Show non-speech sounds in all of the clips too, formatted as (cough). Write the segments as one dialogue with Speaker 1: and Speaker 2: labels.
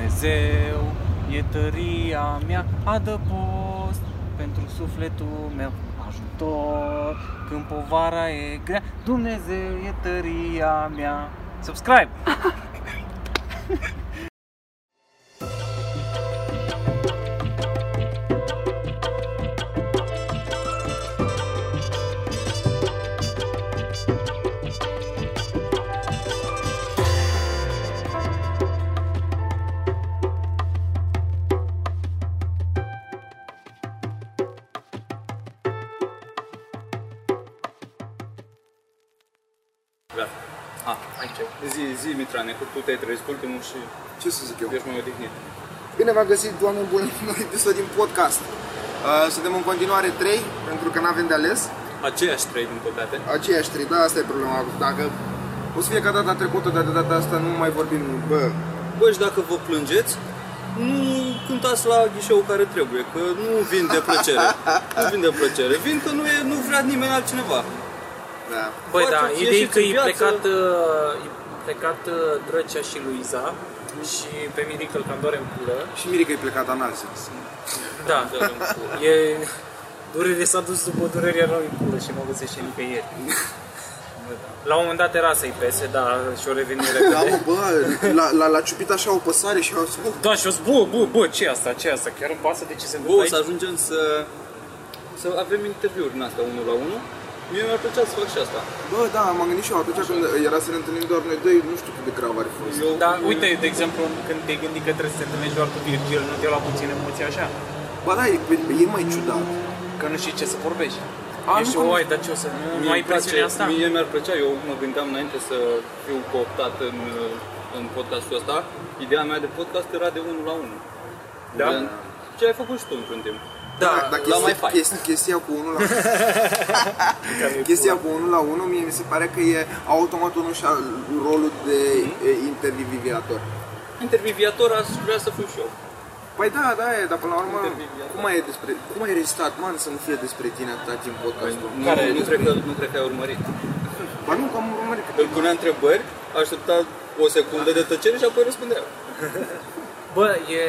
Speaker 1: Dumnezeu e tăria mea adăpost pentru sufletul meu ajutor când povara e grea. Dumnezeu e tăria mea. Subscribe!
Speaker 2: Gata. A, încep. Ah, Zi, zi, Mitrane, că tu te-ai trezit ultimul și
Speaker 3: Ce să zic eu?
Speaker 2: ești mai odihnit.
Speaker 3: Bine v-am găsit, oameni buni, la un nou episod din podcast. Uh, suntem în continuare 3, pentru că n-avem de ales.
Speaker 2: Aceiași trei, din păcate.
Speaker 3: Aceiași 3, da, asta e problema. Dacă o să fie ca data trecută, dar de data asta nu mai vorbim, bă,
Speaker 2: Bă, și dacă vă plângeți, nu cântați la ghișeul care trebuie, că nu vin de plăcere. nu vin de plăcere. Vin că nu, e, nu vrea nimeni altcineva.
Speaker 3: da.
Speaker 4: Băi, da,
Speaker 2: Faceți,
Speaker 4: ideea e
Speaker 2: ieșiți
Speaker 4: că
Speaker 2: în
Speaker 4: e
Speaker 2: piață.
Speaker 4: plecat, uh, e plecat uh, Drăcea și Luiza și pe Miracle că doare în pulă.
Speaker 3: Și miri că e plecat analiză.
Speaker 4: Da, e... Durere s-a dus după durerea rău în pulă și mă găsește nicăieri. Bă, da. La un moment dat era să-i pese, dar și-o reveni
Speaker 3: Da, mă,
Speaker 4: repede.
Speaker 3: bă, la, la, la ciupit așa o păsare și au zis, bă,
Speaker 4: Da, și-o zis, bă, bă, bă, ce e asta, ce e asta, chiar îmi pasă de ce se
Speaker 2: Bă, o
Speaker 4: întâmplă
Speaker 2: să
Speaker 4: aici?
Speaker 2: ajungem să, să avem interviuri în astea, unul la unul. Mie mi-ar plăcea să fac și asta.
Speaker 3: bă, da, m-am gândit și eu atunci când era să ne întâlnim doar noi doi, nu știu cât de grav ar fi fost.
Speaker 2: Eu,
Speaker 4: Da, uite, de exemplu, când te gândi că trebuie să te întâlnești doar cu Virgil, nu te la puțin emoții așa?
Speaker 3: Ba da, e, e mai ciudat.
Speaker 4: Că nu știi ce să vorbești.
Speaker 3: A,
Speaker 4: Ești,
Speaker 3: nu, că-
Speaker 4: oi, dar ce o să... Nu, nu
Speaker 2: Mie
Speaker 4: ai
Speaker 2: îmi place-
Speaker 4: presiunea asta?
Speaker 2: Mie mi-ar plăcea, eu mă gândeam înainte să fiu cooptat în, în podcastul ăsta. Ideea mea de podcast era de unul la unul.
Speaker 4: Da?
Speaker 2: Gen, Ce ai făcut și tu într-un timp?
Speaker 4: Da,
Speaker 3: Dar
Speaker 2: la
Speaker 3: chestia,
Speaker 2: mai fai.
Speaker 3: chestia, chestia cu
Speaker 2: (laughs)
Speaker 3: unul la Chestia cu 1 la 1 mie mi se pare că e automat unul și rolul de
Speaker 2: Mhm.
Speaker 3: mm interviviator.
Speaker 2: Interviviator aș vrea să fiu și eu.
Speaker 3: Păi da, da, e, dar până la urmă,
Speaker 2: Interviviator.
Speaker 3: cum ai, despre, cum ai rezistat, man, să nu fie despre tine atâta timp podcastul?
Speaker 2: Păi, Nu,
Speaker 4: Păi, Care
Speaker 2: nu, cred că, nu cred că ai urmărit.
Speaker 3: Ba nu, că am urmărit. că-
Speaker 2: Îl punea întrebări, aștepta o secundă de tăcere și apoi răspundea.
Speaker 4: Bă, e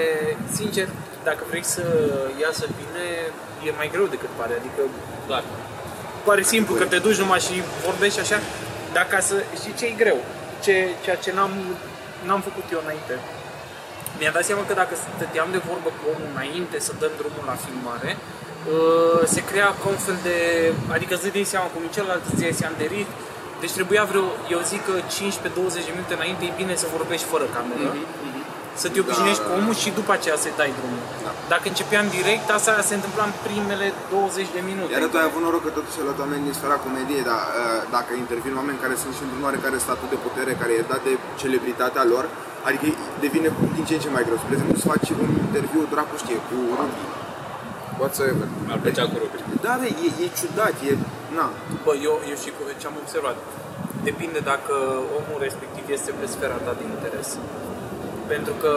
Speaker 4: sincer, dacă vrei să iasă bine, e mai greu decât pare. Adică
Speaker 2: Clar.
Speaker 4: pare simplu că te duci numai și vorbești așa, dar ca să știi ce e greu, ce, ceea ce n-am, n-am făcut eu înainte. Mi-am dat seama că dacă stăteam de vorbă cu omul înainte să dăm drumul la filmare, uh, se crea ca un fel de... Adică îți dai seama cum e celălalt, îți dai seama de ritm. Deci trebuia vreo, eu zic că 15-20 minute înainte e bine să vorbești fără cameră. Să te obișnuiești
Speaker 3: Mhm, Da,
Speaker 4: cu
Speaker 3: da, da.
Speaker 4: omul și după aceea să-i dai drumul.
Speaker 3: Da.
Speaker 4: Dacă începeam direct, asta se întâmpla în primele 20 de minute.
Speaker 3: Iar tu ai avut noroc că totuși ai luat oameni din sfera comediei, dar uh, dacă intervin oameni care sunt și într-un oarecare statut de putere, care e dat de celebritatea lor, adică devine din ce în ce mai greu. Spre exemplu, să faci un interviu, dracu știe, cu Rubi. Whatsoever.
Speaker 2: Mi-ar plăcea cu Rubi.
Speaker 3: Da, da, e, e ciudat, e... Na,
Speaker 4: Bă, eu, eu și cu ce am observat, depinde dacă omul respectiv este pe sfera ta de interes. Pentru că,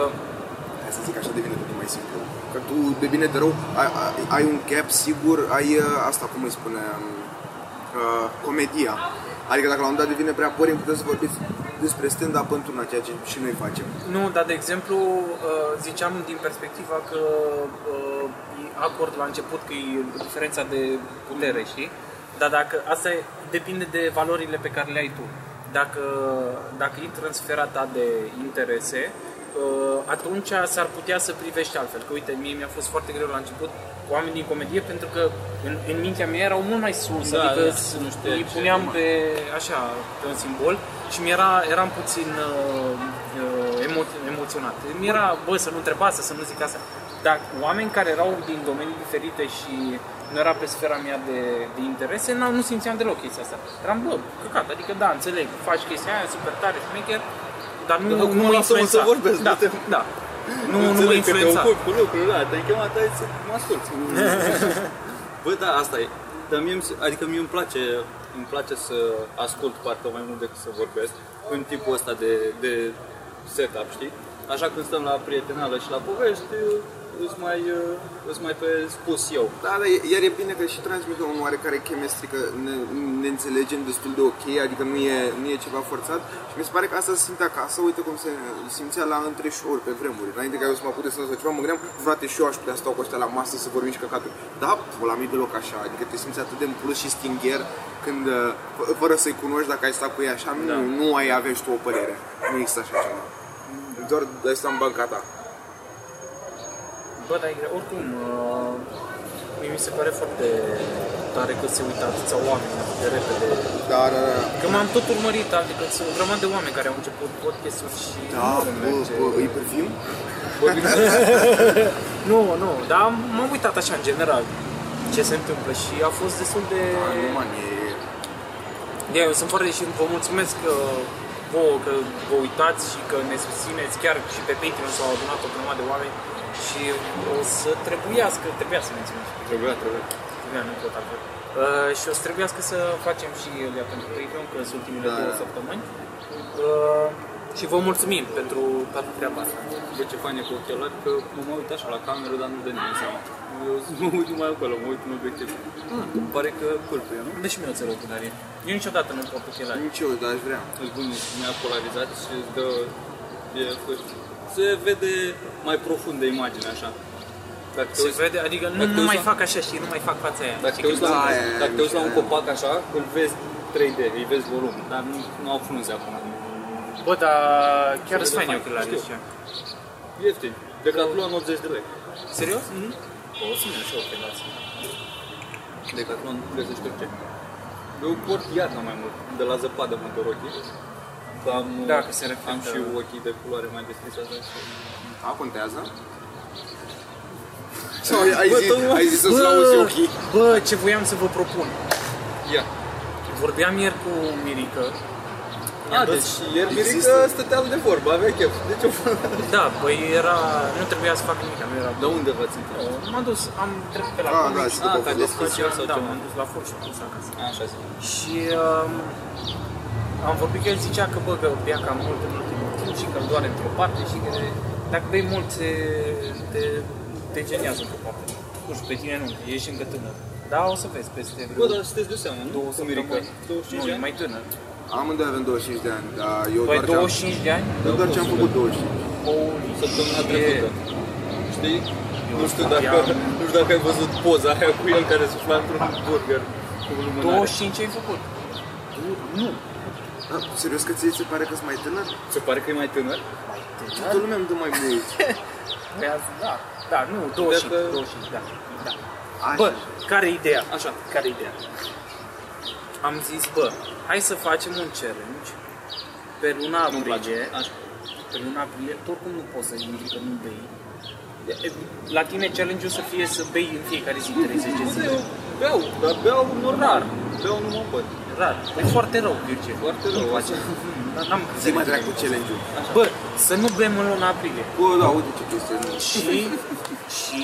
Speaker 3: Hai să zic așa, devine totul mai simplu. Că tu, de bine de rău, ai, ai, ai un gap sigur, ai uh, asta, cum îi spune, uh, comedia. Adică dacă la un moment dat devine prea boring, puteți să vorbiți despre stand-up într-una, ceea ce și noi facem.
Speaker 4: nu, dar de exemplu, uh, ziceam din perspectiva că uh, e acord la început că e diferența de putere, știi? Dar dacă, asta e, depinde de valorile pe care le ai tu. Dacă, dacă intră în sfera ta de interese, uh, atunci s-ar putea să privești altfel. Că uite, mie mi-a fost foarte greu la început cu oamenii din comedie pentru că în, în mintea mea erau mult mai sus,
Speaker 2: Da,
Speaker 4: adică
Speaker 2: da, să nu știe
Speaker 4: îi
Speaker 2: ce
Speaker 4: puneam
Speaker 2: urma.
Speaker 4: pe, așa, pe un simbol și mi-era, eram puțin uh, uh, emo- emoționat. Mi-era, bă, să nu întreb asta, să nu zic asta. Dar oameni care erau din domenii diferite și nu era pe sfera mea de, de interese, n nu simțeam deloc chestia asta. Eram, bă, căcat, adică da, înțeleg, faci chestia aia super tare, șmecher, dar nu,
Speaker 2: Dar acum
Speaker 4: nu mă
Speaker 2: lasă-mă să
Speaker 4: influența.
Speaker 2: vorbesc,
Speaker 4: da,
Speaker 2: du-te.
Speaker 4: da. Nu, nu mă
Speaker 2: Înțeleg că te
Speaker 4: influența.
Speaker 2: ocupi cu lucrurile alea, te-ai chemat aici să mă
Speaker 4: (laughs)
Speaker 2: asculti. Bă, da, asta e. Dar mie, îmi se- adică mie îmi place, îmi place să ascult parcă mai mult decât să vorbesc în tipul ăsta de, de setup, știi? Așa când stăm la prietenală și la povești, îți mai, uh, îți mai pe spus eu.
Speaker 3: Da, dar e- iar e bine că și transmitem un oarecare chemistry, că ne, ne înțelegem destul de ok, adică nu e, nu e ceva forțat și mi se pare că asta se simte acasă, uite cum se simțea la între show-uri pe vremuri. Înainte ca eu să mă apuc de să ceva, mă gândeam, frate, și eu aș putea stau cu ăștia la masă să vorbim și căcaturi. Da, la mine deloc așa, adică te simți atât de plus și stingher când, uh, fă- fără să-i cunoști dacă ai stat cu ei așa, nu, nu ai avea și tu o părere. Nu există așa ceva. Doar dai să în banca ta.
Speaker 4: Bă, dar e greu. Oricum, uh, mie mi se pare foarte tare că se uită atâția oameni atât de repede.
Speaker 3: Dar, uh,
Speaker 4: Că m-am tot urmărit, adică sunt o grămadă de oameni care au început podcast-uri și...
Speaker 3: da,
Speaker 4: nu
Speaker 3: bă,
Speaker 4: merge.
Speaker 3: bă, îi privim?
Speaker 4: Nu, nu, dar m-am uitat așa în general ce se întâmplă și a fost destul de...
Speaker 3: Da, nu, man, e...
Speaker 4: de eu sunt foarte și vă mulțumesc că vouă că vă uitați și că ne susțineți chiar și pe Patreon s-au adunat o grămadă de oameni și o să trebuiască, trebuia să menționăm și
Speaker 2: Trebuia, trebuia.
Speaker 4: Trebuia, nu pot altfel. Uh, și o să trebuiască să facem și Elia pentru Patreon, că sunt ultimele
Speaker 3: Da.
Speaker 4: două săptămâni. Uh, și vă mulțumim pentru toată treaba asta.
Speaker 2: Bă, ce fain e cu ochelari, că mă mai uit așa la cameră, dar nu dă nimeni seama. Eu z- mă uit numai acolo, mă uit în obiectiv.
Speaker 4: Ah.
Speaker 2: Mm. Pare că culpă, nu?
Speaker 4: Deci mie o țără oculare. Eu niciodată nu pot ochelari.
Speaker 3: Da, Nici eu, dar aș vrea.
Speaker 2: Îți bun, mi-a polarizat și îți dă... E, fă- se vede mai profundă imagine, așa. Dacă te
Speaker 4: Se
Speaker 2: uiți-
Speaker 4: vede, adică nu,
Speaker 2: Dacă te
Speaker 4: nu
Speaker 2: uiți
Speaker 4: mai
Speaker 2: la-
Speaker 4: fac așa și nu mai fac fața aia.
Speaker 2: Dacă
Speaker 4: Știi
Speaker 2: te uiți la,
Speaker 3: Da,
Speaker 2: un-
Speaker 3: aia e
Speaker 2: dacă te uiți la un
Speaker 3: mișto,
Speaker 2: copac așa, îl vezi 3D, îi vezi volumul, dar nu, nu au frunze acum.
Speaker 4: că- Bă, dar chiar
Speaker 2: Se
Speaker 4: sunt
Speaker 2: vede
Speaker 4: faini
Speaker 2: fain,
Speaker 4: ochelari
Speaker 2: știu.
Speaker 4: ăștia.
Speaker 2: Ieftin. Decathlon 80 de lei.
Speaker 4: Serios?
Speaker 3: Mhm.
Speaker 2: O să mi așa o pedață. Decathlon 30 de lei. Eu port iarna mai mult, de la zăpadă mă dor ochii. Că Am,
Speaker 4: Da, că se reflectă.
Speaker 2: am și ochii de culoare mai deschisă așa și...
Speaker 3: A, contează? Sau ai, ai,
Speaker 2: Bă,
Speaker 3: zis,
Speaker 2: tocmai-
Speaker 3: ai zis să-ți auzi ochii?
Speaker 4: bă, ce voiam să vă propun.
Speaker 2: Ia.
Speaker 4: Vorbeam ieri cu Mirica.
Speaker 2: A,
Speaker 4: I-am dat-
Speaker 2: deci ieri
Speaker 3: Există?
Speaker 2: Mirica stăteam de vorbă, avea chef. Deci eu...
Speaker 4: Da, păi era... Nu trebuia să fac nimic, nu era...
Speaker 2: De unde v-ați întâlnit?
Speaker 4: M-am dus, am trecut pe la
Speaker 3: Ah,
Speaker 4: comic
Speaker 3: da,
Speaker 4: și
Speaker 3: știu. După
Speaker 2: A,
Speaker 3: vă
Speaker 2: te-ai
Speaker 3: luați
Speaker 2: deschis eu sau
Speaker 4: da,
Speaker 2: ce?
Speaker 4: m-am dus la furt și am dus acasă.
Speaker 2: A, Așa zic.
Speaker 4: Și um, am vorbit că el zicea că bă, că bea cam mult în ultimul timp și că îl doare într-o parte și că dacă bei mult te, te, te geniază într-o parte. Nu știu, pe tine nu, ești încă tânăr. Da, o să vezi peste vreo
Speaker 2: Bă, dar sunteți de seamă, nu?
Speaker 4: două
Speaker 2: Cu Mirica.
Speaker 4: săptămâni. Nu,
Speaker 2: 25 de
Speaker 4: e
Speaker 2: ani?
Speaker 4: mai tânăr.
Speaker 3: Amândoi avem 25 de ani, dar eu
Speaker 4: Păi
Speaker 3: doar ce
Speaker 4: 25 de ani?
Speaker 3: am, eu doar ce am făcut 25.
Speaker 4: Holy
Speaker 2: Săptămâna
Speaker 4: shit.
Speaker 2: trecută. Știi? Nu știu,
Speaker 4: Eu
Speaker 2: dacă,
Speaker 4: aveam-
Speaker 2: nu știu dacă ai văzut poza aia cu el care sufla într-un burger cu lumânare.
Speaker 4: 25 ai făcut? Nu.
Speaker 3: Da, serios că ție ți se pare că sunt mai tânăr?
Speaker 2: Se pare că e mai tânăr?
Speaker 3: Toată lumea îmi dă mai mult.
Speaker 4: Păi azi, da. Da, nu, 25,
Speaker 2: Dacă-
Speaker 4: 25, da. da.
Speaker 3: Așa.
Speaker 4: Bă, care e ideea?
Speaker 2: Așa.
Speaker 4: care e ideea? Am zis, bă, hai să facem un challenge pe luna
Speaker 2: Nu-mi place.
Speaker 4: aprilie.
Speaker 2: Așa.
Speaker 4: Pe luna aprilie, tu oricum nu poți să intri că nu bei. La tine challenge-ul să fie să bei în fiecare zi 30 de
Speaker 2: Bă,
Speaker 4: zile.
Speaker 2: eu beau, dar beau normal. Beau nu mă pot.
Speaker 4: Rar. E foarte rău, Virgil.
Speaker 2: Foarte rău.
Speaker 4: Nu-mi place. Dar N-am
Speaker 3: Zi mai dracu challenge-ul.
Speaker 4: Bă, să nu bem în luna aprilie.
Speaker 3: Bă, da, uite ce chestie. nu.
Speaker 4: Și, și,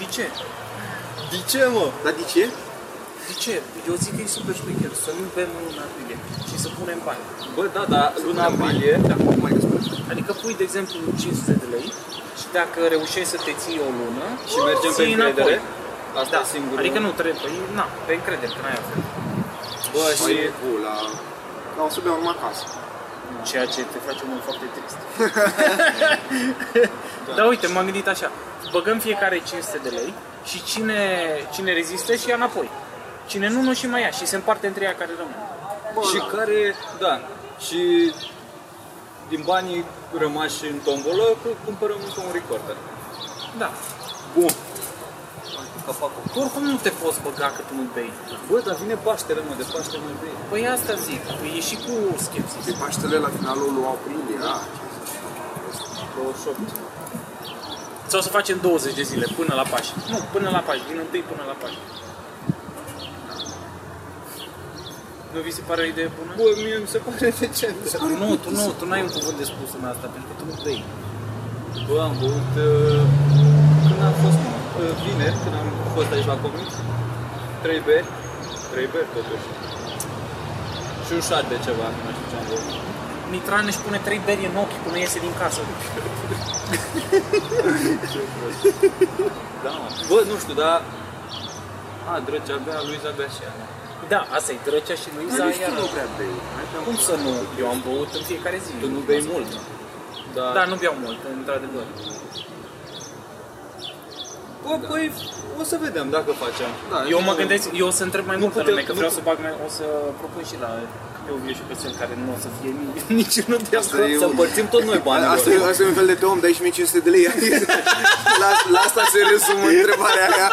Speaker 4: de ce?
Speaker 2: De ce, mă?
Speaker 3: Dar de ce?
Speaker 4: De ce? Eu zic că e super șmecher, să nu bem în luna aprilie și să punem bani.
Speaker 2: Bă, da, da, luna aprilie.
Speaker 3: Da, cum mai spune?
Speaker 4: Adică pui, de exemplu, 500 de lei și dacă reușești să te ții o lună Uh,
Speaker 2: Și mergem pe
Speaker 4: ții înapoi.
Speaker 2: încredere. Asta
Speaker 4: Da,
Speaker 2: e singurul.
Speaker 4: adică nu trebuie, păi, na, pe încredere, că n-ai altfel.
Speaker 2: Bă,
Speaker 3: Mai
Speaker 2: și
Speaker 3: pula. Da, o să beau numai acasă.
Speaker 4: Ceea ce te face omul foarte (laughs) trist. Dar Da, uite, m-am gândit așa, băgăm fiecare 500 de lei și cine, cine rezistă și ia înapoi. Cine nu, nu și mai ia și se împarte între ea care rămân.
Speaker 2: și care, da, și din banii rămași în tombolă, cu- cumpărăm încă un recorder.
Speaker 4: Da.
Speaker 2: Bun. Capacul.
Speaker 4: Că Oricum nu te poți băga cât nu bei.
Speaker 2: Bă, dar vine Paștele, mă, de Paște mai bine.
Speaker 4: Păi asta zic, e și cu skepsis.
Speaker 3: De Paștele la finalul lui aprilie, da.
Speaker 2: 28.
Speaker 4: Sau să facem 20 de zile până la Paști. Nu, până la Paști, din 1 până la Paști. Nu vi se pare o idee bună?
Speaker 2: Bă, mie mi se pare decent.
Speaker 4: Nu, tu nu, tu n-ai un cuvânt de spus în asta, pentru că tu nu bei.
Speaker 2: Bă, am băut uh, când am fost uh, vineri, când am fost aici la comic, trei beri, trei beri totuși. Și un șat de ceva, nu mai știu ce am băut.
Speaker 4: Mitran își pune trei beri în ochi până iese din casă.
Speaker 2: Ce prost. Da, mă. Bă, nu știu, dar... A, drăci abia, Luiza abia și ea.
Speaker 4: Da, asta e drăcea și Luiza
Speaker 3: Nu știu, nu
Speaker 4: iară.
Speaker 3: prea bei. Hai pe-
Speaker 4: Exact. Cum să nu? Eu am băut în fiecare zi.
Speaker 2: Tu nu bei mult. Dar...
Speaker 4: Da, nu beau mult, într-adevăr.
Speaker 2: Bă, păi, o să vedem dacă facem.
Speaker 3: Da,
Speaker 4: Eu mă
Speaker 3: nu-
Speaker 4: gândesc, eu o să întreb mai
Speaker 2: Nu
Speaker 4: multă
Speaker 2: putem-
Speaker 4: lume, că
Speaker 2: nu
Speaker 4: vreau să
Speaker 2: putem.
Speaker 4: bag mai, o să propun și la eu și pe cel care nu o să fie ni- (laughs) niciunul de
Speaker 3: Asta
Speaker 4: asta.
Speaker 3: e
Speaker 2: Să
Speaker 3: un-
Speaker 2: împărțim tot noi banii.
Speaker 3: (laughs) Asta e, asta e un fel de te om, dai și mie 500 de lei. (laughs) la, la asta se rezumă întrebarea aia.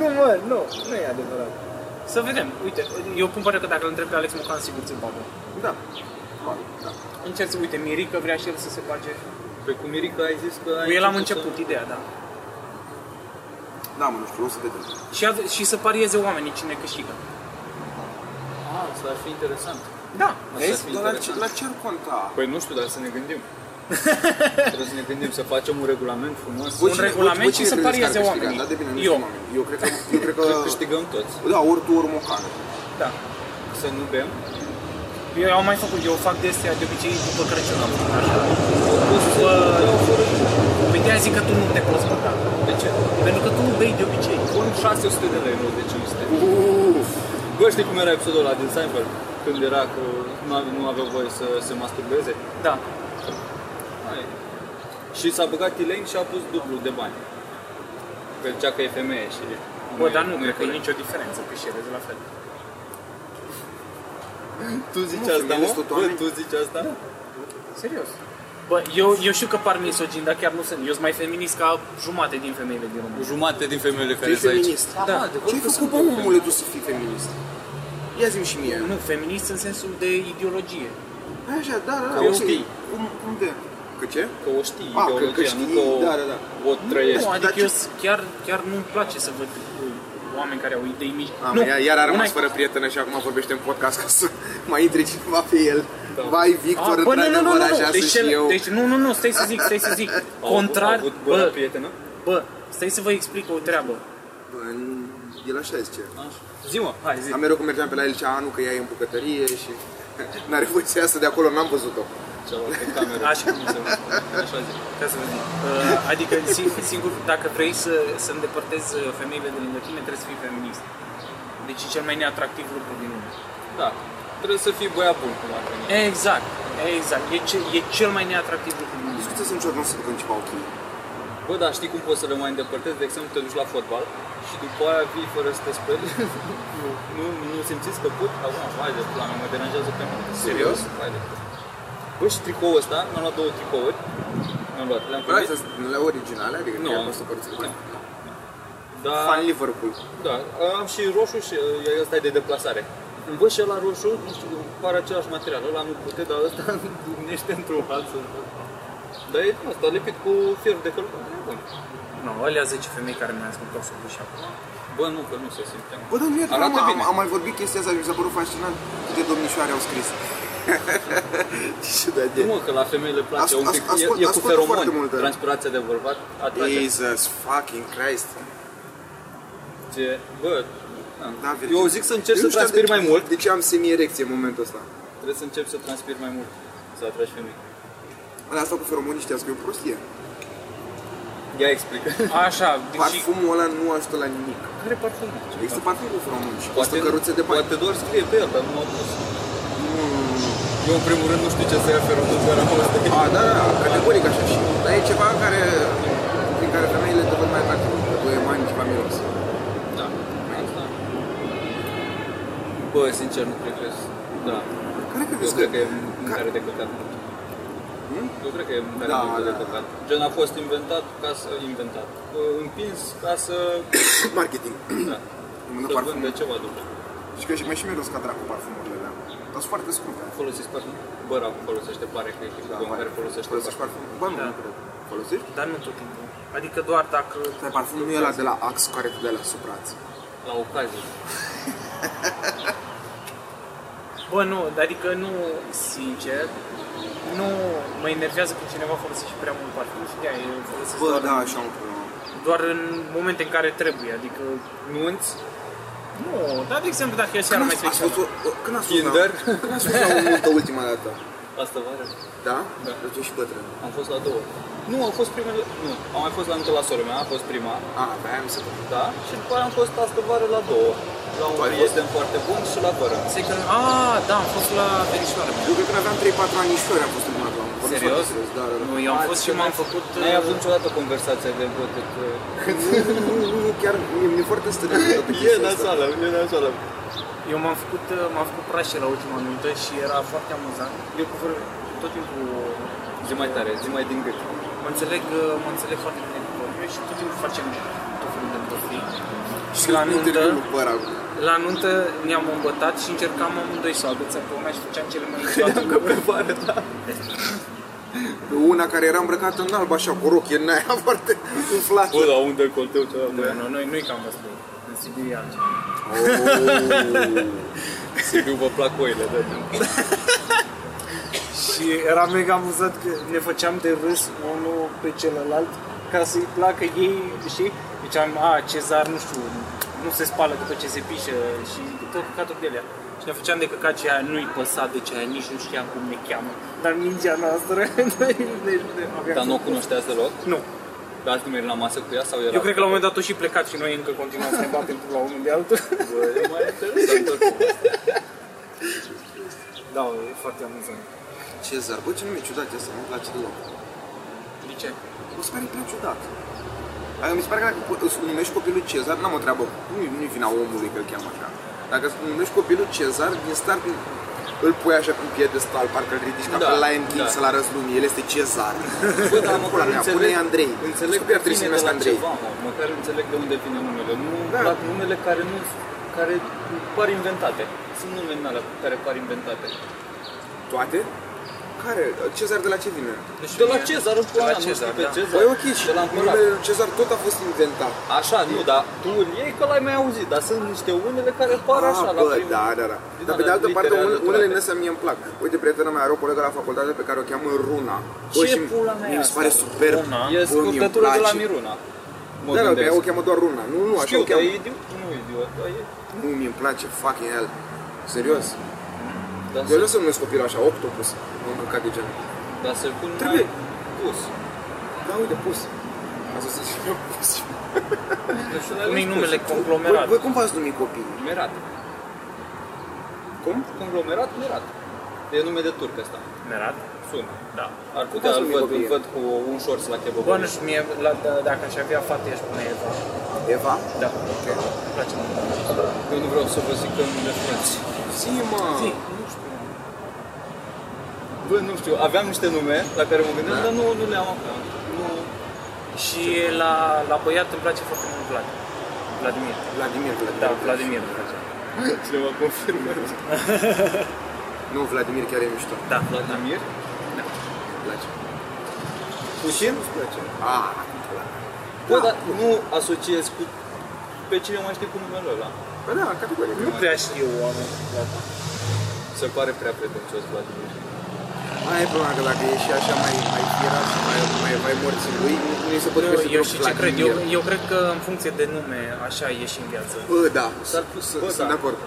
Speaker 4: Nu, mă, nu, nu e adevărat. Să vedem, uite, eu cum pare că dacă îl întreb pe Alex Mocan, sigur ți-l bagă.
Speaker 3: Da. Ba, da.
Speaker 4: Încerc să, uite, Mirica vrea și el să se bage.
Speaker 2: Pe cum Păi Mirica ai zis că ai
Speaker 4: Cu el am
Speaker 2: să-
Speaker 4: început ideea, da.
Speaker 3: da, mă, nu știu, o să vedem.
Speaker 4: Și, ad- și să parieze oamenii cine câștigă.
Speaker 2: A, asta ar Ah, fi interesant.
Speaker 4: Da,
Speaker 2: Vezi?
Speaker 4: vezi?
Speaker 3: Dar la ce, la ce ar conta?
Speaker 2: Păi nu știu, dar să ne gândim. Trebuie să ne gândim să facem un regulament frumos.
Speaker 3: Voi
Speaker 4: Un
Speaker 3: cine-
Speaker 4: regulament
Speaker 3: voi cine
Speaker 4: și să
Speaker 3: credeți că ar
Speaker 4: parieze
Speaker 3: câștiga?
Speaker 4: oamenii.
Speaker 3: Da, de bine, nu
Speaker 4: Eu.
Speaker 3: știu oamenii. Eu cred că... Eu cred că...
Speaker 2: Să câștigăm toți.
Speaker 3: Da, ori tu, ori Mocan.
Speaker 4: Da.
Speaker 2: Să nu bem.
Speaker 4: Eu am mai făcut, eu fac de astea de obicei după Crăciun am făcut așa.
Speaker 2: Bă,
Speaker 4: Păi de zic că tu nu te poți băga.
Speaker 2: De ce?
Speaker 4: Pentru că tu nu bei de obicei.
Speaker 2: Pun 600 de lei, nu de 500.
Speaker 3: Uf,
Speaker 2: Bă, știi cum era episodul ăla din Seinfeld? Când era că nu, ave- nu aveau voie să se masturbeze?
Speaker 4: Da.
Speaker 2: Hai. Și s-a băgat Elaine și a pus dublu de bani. Că zicea că e femeie și...
Speaker 4: Bă, dar nu,
Speaker 2: e
Speaker 4: cred că e
Speaker 2: corect.
Speaker 4: nicio diferență, pișelezi la fel.
Speaker 2: Tu zici
Speaker 3: Nu,
Speaker 2: asta,
Speaker 3: femeile
Speaker 2: mă?
Speaker 3: sunt tot
Speaker 2: Bă,
Speaker 3: oameni.
Speaker 2: tu zici asta?
Speaker 3: Da.
Speaker 4: Serios. Bă, eu, eu știu că par misogin, dar chiar nu sunt. Eu sunt mai feminist ca jumate din femeile din România.
Speaker 2: Jumate din femeile care
Speaker 3: ești
Speaker 2: sunt aici.
Speaker 3: feminist.
Speaker 2: Da, adevărat
Speaker 3: Ce-ai
Speaker 2: că
Speaker 3: făcut,
Speaker 2: sunt
Speaker 3: bă,
Speaker 2: feminist.
Speaker 3: omule, tu să fii feminist? Ia zi-mi și mie.
Speaker 4: Nu, feminist în sensul de ideologie.
Speaker 3: Hai Așa, da, da, da,
Speaker 2: Că e
Speaker 3: ok.
Speaker 2: ok.
Speaker 3: Cum, cum de? Că ce?
Speaker 2: Că o știi,
Speaker 3: A, că-
Speaker 2: ideologia,
Speaker 3: Ah, că știi,
Speaker 2: nu că o,
Speaker 3: da, da, da.
Speaker 2: o trăiești.
Speaker 4: Nu, adică
Speaker 3: Dar
Speaker 4: eu
Speaker 3: ce-
Speaker 4: sunt- chiar, chiar nu-mi place să văd uh, oameni care au idei mici.
Speaker 3: Am,
Speaker 4: nu,
Speaker 3: nu, iar a
Speaker 4: una
Speaker 3: rămas
Speaker 4: e-
Speaker 3: fără prietenă și acum vorbește în podcast ca să (laughs) mai intre cineva pe el.
Speaker 2: Da.
Speaker 3: Vai, Victor,
Speaker 4: Ah, bă, nu, nu, nu, nu,
Speaker 3: într-adevăr,
Speaker 4: nu.
Speaker 3: așa
Speaker 4: Deci,
Speaker 3: sunt și
Speaker 4: cel-
Speaker 3: eu.
Speaker 4: deci, nu, nu, nu, stai să zic, stai să zic.
Speaker 2: Au avut-
Speaker 4: Contrar,
Speaker 2: Au avut bună
Speaker 4: bă,
Speaker 2: prietenă?
Speaker 4: bă, stai să vă explic o treabă.
Speaker 3: Bă, El așa zice.
Speaker 2: Așa. Zi, mă, hai, zi.
Speaker 3: Am mereu când mergeam pe la el cea anul că ea e în bucătărie și (laughs) n-are voie să iasă de acolo, n-am văzut-o.
Speaker 2: Cealaltă pe cameră.
Speaker 4: Așa.
Speaker 2: Cum se vede. Așa zic.
Speaker 4: Ca să vă zic. Uh, adică, singur, singur, dacă vrei să, să îndepărtezi uh, femeile de lângă tine, trebuie să fii feminist. Deci e cel mai neatractiv lucru din lume.
Speaker 2: Da. Trebuie să fii băiat bun, cum ar veni.
Speaker 4: Exact, exact. E, ce, e cel mai neatractiv lucru din lume.
Speaker 3: Discuția să încerc nu se duc în ceva ochii.
Speaker 2: Bă, dar știi cum poți să le mai îndepărtezi? De exemplu, te duci la fotbal și după aia vii fără să te
Speaker 3: (laughs)
Speaker 2: speli. nu, nu, nu simțiți că put? Acum, hai de plan, mă deranjează pe mine.
Speaker 3: Serios?
Speaker 2: Hai de pula. Bă, și tricoul ăsta, mi-am luat două tricouri. Mi-am luat, le-am
Speaker 3: Bă,
Speaker 2: primit.
Speaker 3: astea sunt la originale, adică
Speaker 2: Nu.
Speaker 3: Păi- nu am fost părțile.
Speaker 2: Nu. Dar,
Speaker 3: Fan Liverpool.
Speaker 2: da, am și roșu și uh, ăsta e de deplasare. Bă, și la roșu, nu știu, pare același material. Ăla nu pute, dar ăsta (laughs) dumnește într-un hal să Dar e din asta, lipit cu fier de călcâie. E bun.
Speaker 4: Nu, no, alea 10 femei care mi-a ascultat să și acum.
Speaker 2: Bă, nu, că nu se simte. mă.
Speaker 3: Bă, dar nu e
Speaker 2: Arată
Speaker 3: dramă, am,
Speaker 2: bine.
Speaker 3: am mai vorbit chestia asta și mi s-a părut fascinant câte domnișoare au scris. (laughs) Ce da de...
Speaker 2: Nu, mă, că la femei le place
Speaker 3: As-
Speaker 2: un pic,
Speaker 3: as- ascult-
Speaker 2: e, e cu
Speaker 3: ascultă foarte
Speaker 2: feromoni,
Speaker 3: mult, da.
Speaker 2: transpirația de bărbat, atrage.
Speaker 3: Jesus fucking Christ.
Speaker 2: Ce- Bă, na.
Speaker 3: Da, Virgil.
Speaker 2: eu zic să încerci
Speaker 3: Eu
Speaker 2: să
Speaker 3: nu știam
Speaker 2: transpiri
Speaker 3: de-
Speaker 2: mai mult,
Speaker 3: De ce am semi-erecție în momentul ăsta?
Speaker 2: trebuie să începi să transpiri mai mult, să atragi femei.
Speaker 3: Ăla asta cu feromonii știați că e o prostie.
Speaker 2: Deci- Ia explică.
Speaker 4: Așa, deci...
Speaker 3: Parfumul ăla nu ajută la nimic.
Speaker 4: Care parfum?
Speaker 3: Există parfum cu feromoni și costă căruțe de bani.
Speaker 2: poate doar scrie pe el, dar nu m-a pus. Eu în primul rând nu știu ce să ia feromoni, dar am auzit de
Speaker 3: A, da, da, categoric așa și. Dar e ceva care, prin care femeile te văd mai atractiv. Că tu e mai ceva miros.
Speaker 2: Da, asta. Bă, sincer, nu cred că... Da,
Speaker 3: Care
Speaker 2: eu
Speaker 3: credeți că...
Speaker 2: cred că e
Speaker 3: Ca-
Speaker 2: mâncare de căcat.
Speaker 3: Hmm?
Speaker 2: Eu cred că e mâncare
Speaker 3: Da,
Speaker 2: da, de
Speaker 3: da.
Speaker 2: căcat. Gen a fost inventat ca să... Inventat. Uh, Împins ca să...
Speaker 3: Marketing.
Speaker 2: da, deci-
Speaker 3: Mână
Speaker 2: să
Speaker 3: parfum.
Speaker 2: vândă ceva după.
Speaker 3: Și că și mai și miros ca dracu parfumurile alea. Dar sunt foarte scumpe.
Speaker 2: Folosiți parfum. Bă, acum folosește, pare că e
Speaker 3: Da,
Speaker 2: da, care folosește
Speaker 3: Folosești
Speaker 2: parfum.
Speaker 3: parfum? Bă, nu,
Speaker 4: Da.
Speaker 3: nu cred. Folosești?
Speaker 4: Dar nu tot timpul. Adică doar dacă...
Speaker 3: Dar parfumul nu e ăla de la Axe care te dă la suprați.
Speaker 2: La ocazie.
Speaker 4: Bă, nu, adică nu, sincer, nu mă enervează când cineva folosește prea mult parfum și de-aia eu folosesc
Speaker 3: Bă,
Speaker 4: doar,
Speaker 3: da, așa am o problemă.
Speaker 4: doar în momente în care trebuie, adică
Speaker 2: Nunți,
Speaker 4: nu, dar de exemplu dacă e seara mai
Speaker 3: Când ați- ați
Speaker 4: specială.
Speaker 3: fost o- o- Când ați fost la-
Speaker 2: Tinder.
Speaker 3: Când ați fost la o multă ultima dată?
Speaker 2: Asta vară.
Speaker 3: Da?
Speaker 2: Da.
Speaker 3: Deci ești și bătrân.
Speaker 2: Am fost la două. Nu, am fost primele... Nu, am mai fost la încă la sora mea, a fost prima,
Speaker 3: A, pe aia mi se pare.
Speaker 2: da? Și după aia am fost astă vară la două. La un
Speaker 3: Tu ai fost?
Speaker 2: prieten foarte bun și la fără.
Speaker 4: Se că... A, da, am fost la Verișoara.
Speaker 3: Eu cred că aveam 3-4 ani și am fost în la un
Speaker 4: Serios?
Speaker 3: Da, da, da.
Speaker 4: Nu, eu am fost și m-am făcut... uh,
Speaker 2: N-ai avut niciodată conversația de ă? vot că...
Speaker 3: Nu, nu, nu, chiar mi- mi-e foarte stătea
Speaker 2: (laughs)
Speaker 3: toată
Speaker 2: E
Speaker 3: chestia asta.
Speaker 2: nasoală, e nasoală.
Speaker 4: Eu m-am făcut, uh, m-am făcut prașe la ultima anumită și era foarte amuzant. Eu cu vorbe, tot timpul
Speaker 2: Zi mai tare, zi mai din gât.
Speaker 4: mă înțeleg, uh, mă înțeleg foarte bine cu vorbire și tot timpul facem tot felul de prostii.
Speaker 3: Și
Speaker 4: La
Speaker 3: la
Speaker 4: nuntă,
Speaker 3: nuntă cu păr acum.
Speaker 4: la nuntă ne-am îmbătat și încercam amândoi să o agățăm pe una și făceam cele mai
Speaker 2: Credeam că
Speaker 4: lucruri.
Speaker 2: pe vară, da.
Speaker 3: Una care era îmbrăcată în alb, așa, cu o rochie în aia (laughs) foarte umflată.
Speaker 2: Bă, la unde e colteu ce
Speaker 4: Nu,
Speaker 2: am
Speaker 4: nu, noi, noi că am văzut. În Sibiu e altceva.
Speaker 2: Sibiu vă plac oile, da.
Speaker 4: Și era mega amuzat că ne făceam de râs unul pe celălalt ca să-i placă ei, știi? Ziceam, a, Cezar, nu știu, nu se spală după ce se pișă și tot căcaturi de alea. Și ne făceam de căcat ce aia nu-i păsa de ce aia, nici nu știam cum ne cheamă. Dar mingea noastră (laughs) noi ne, ne aveam.
Speaker 2: Dar nu o cunoșteați deloc?
Speaker 4: Nu.
Speaker 2: Dar ați nimerit la masă cu ea sau era?
Speaker 4: Eu cred că la un moment dat o și plecat și noi încă continuam să ne batem la unul de altul. (laughs)
Speaker 2: Bă, e mai interesant oricum.
Speaker 4: da, e foarte amuzant.
Speaker 3: Cezar, bă, ce nume ciudat e asta, nu-mi place deloc.
Speaker 4: De ce?
Speaker 3: Mi se pare prea ciudat. Adică mi se pare că dacă îți numești copilul Cezar, n-am o treabă, nu- nu-i vina omului că îl cheamă așa. Dacă îți numești copilul Cezar, din start îl- îl pui așa pe un piedestal, parcă îl ridici ca
Speaker 2: Da,
Speaker 3: pe Lion King
Speaker 2: da.
Speaker 3: să-l arăți lumii, el este Cezar. (laughs)
Speaker 2: Bă, dar
Speaker 3: Pula
Speaker 2: măcar
Speaker 3: mea,
Speaker 2: înțeleg,
Speaker 3: pune-i Andrei.
Speaker 2: înțeleg
Speaker 3: Știu
Speaker 2: că
Speaker 3: că ar trebui să
Speaker 2: vine
Speaker 3: numesc
Speaker 2: de la
Speaker 3: Andrei.
Speaker 2: ceva, mă. Măcar înțeleg de unde vine numele. Nu
Speaker 3: Da.
Speaker 2: plac numele care nu care par inventate. Sunt nume din alea care par inventate.
Speaker 3: Toate? Care? Cezar de la ce vine?
Speaker 2: Deci de la Cezar, îl pula
Speaker 4: la
Speaker 2: mea, nu
Speaker 4: Cezar,
Speaker 2: știi pe
Speaker 4: da.
Speaker 2: Cezar.
Speaker 3: Păi ok, și
Speaker 2: de la împărat.
Speaker 3: numele Cezar tot a fost inventat.
Speaker 2: Așa, nu, dar tu îl iei că l-ai mai auzit, dar sunt niște unele care par așa
Speaker 3: Ah,
Speaker 2: la
Speaker 3: bă,
Speaker 2: primul.
Speaker 3: da, da, da.
Speaker 2: Din
Speaker 3: Dar pe de
Speaker 2: alea
Speaker 3: altă parte,
Speaker 2: literale,
Speaker 3: un-
Speaker 2: literale.
Speaker 3: unele din astea mie îmi plac. Uite, prietena mea are o colegă la facultate pe care o cheamă Runa. Bă,
Speaker 2: Ce
Speaker 3: și
Speaker 2: pula mea
Speaker 3: mie
Speaker 2: e
Speaker 3: mi se pare
Speaker 2: asta?
Speaker 3: superb.
Speaker 4: Runa?
Speaker 2: E
Speaker 3: Bă, mi-e
Speaker 2: scurtătură de la
Speaker 3: place.
Speaker 2: Miruna. Mă
Speaker 3: Da, da, pe
Speaker 2: gândesc.
Speaker 3: ea o cheamă doar Runa. Nu, nu, așa
Speaker 2: Știu,
Speaker 3: o
Speaker 2: dar
Speaker 3: cheamă.
Speaker 2: e idiot? Nu e idiot, dar e...
Speaker 3: Nu, mi îmi place, fucking hell. Serios.
Speaker 2: Dar
Speaker 3: Eu nu o
Speaker 2: să-
Speaker 3: să numesc copilul așa, Octopus. M-am încălcat de genul.
Speaker 2: Dar să-l pun
Speaker 3: Trebuie.
Speaker 2: mai pus.
Speaker 3: Da, uite, pus. Asta să zic eu, (laughs) pus.
Speaker 2: Deci ăla
Speaker 4: Unui
Speaker 2: e pus.
Speaker 4: numele
Speaker 3: Voi,
Speaker 4: conglomerat.
Speaker 3: voi cum v-ați numit copiii?
Speaker 2: Merat.
Speaker 3: Cum?
Speaker 2: Conglomerat, merat. E nume de turc ăsta.
Speaker 4: Merat?
Speaker 2: Sună.
Speaker 4: Da.
Speaker 2: Ar putea,
Speaker 3: Cum
Speaker 2: îl
Speaker 3: se
Speaker 2: văd,
Speaker 3: numește
Speaker 2: îl
Speaker 3: copilul?
Speaker 2: văd cu un șorț la kebab.
Speaker 4: Bă, nu știu, mie, la, da, dacă aș avea fată, i-aș pune Eva.
Speaker 3: Eva?
Speaker 4: Da, ok. Îmi place mult.
Speaker 2: Eu nu vreau să vă zic că nu le spuneți.
Speaker 3: Zi, mă!
Speaker 4: Zi, nu știu.
Speaker 2: Bă, nu știu, aveam niște nume la care mă
Speaker 4: Da.
Speaker 2: gândeam, dar nu, nu le-am acum. Nu.
Speaker 4: Și la, la băiat îmi place foarte mult Vlad. Vladimir.
Speaker 3: Vladimir, Vladimir.
Speaker 4: Da, Vladimir îmi place.
Speaker 2: Cineva confirmă.
Speaker 3: Nu, Vladimir chiar e mișto.
Speaker 4: Da.
Speaker 2: Vladimir?
Speaker 3: Îmi place.
Speaker 2: Putin?
Speaker 3: Îți place? Ah, îmi place.
Speaker 2: Bă, Păi,
Speaker 3: Da.
Speaker 2: dar nu asociez cu pe cine mai știi cu numele ăla.
Speaker 3: Bă, da, categoric.
Speaker 4: Nu prea știu oameni cu Vlad.
Speaker 2: Se pare prea pretențios, Vladimir.
Speaker 3: Aia e problema, că dacă e și așa mai, mai fiera și mai, mai, mai morții lui, nu, nu i se potrivește
Speaker 4: Eu, eu
Speaker 3: deloc
Speaker 4: știu ce cred.
Speaker 3: Vladimir.
Speaker 4: Eu, eu cred că în funcție de nume, așa ieși în viață.
Speaker 3: Bă, da,
Speaker 2: S-ar pus-
Speaker 3: sunt,
Speaker 2: bă,
Speaker 3: sunt
Speaker 2: da.
Speaker 3: de acord.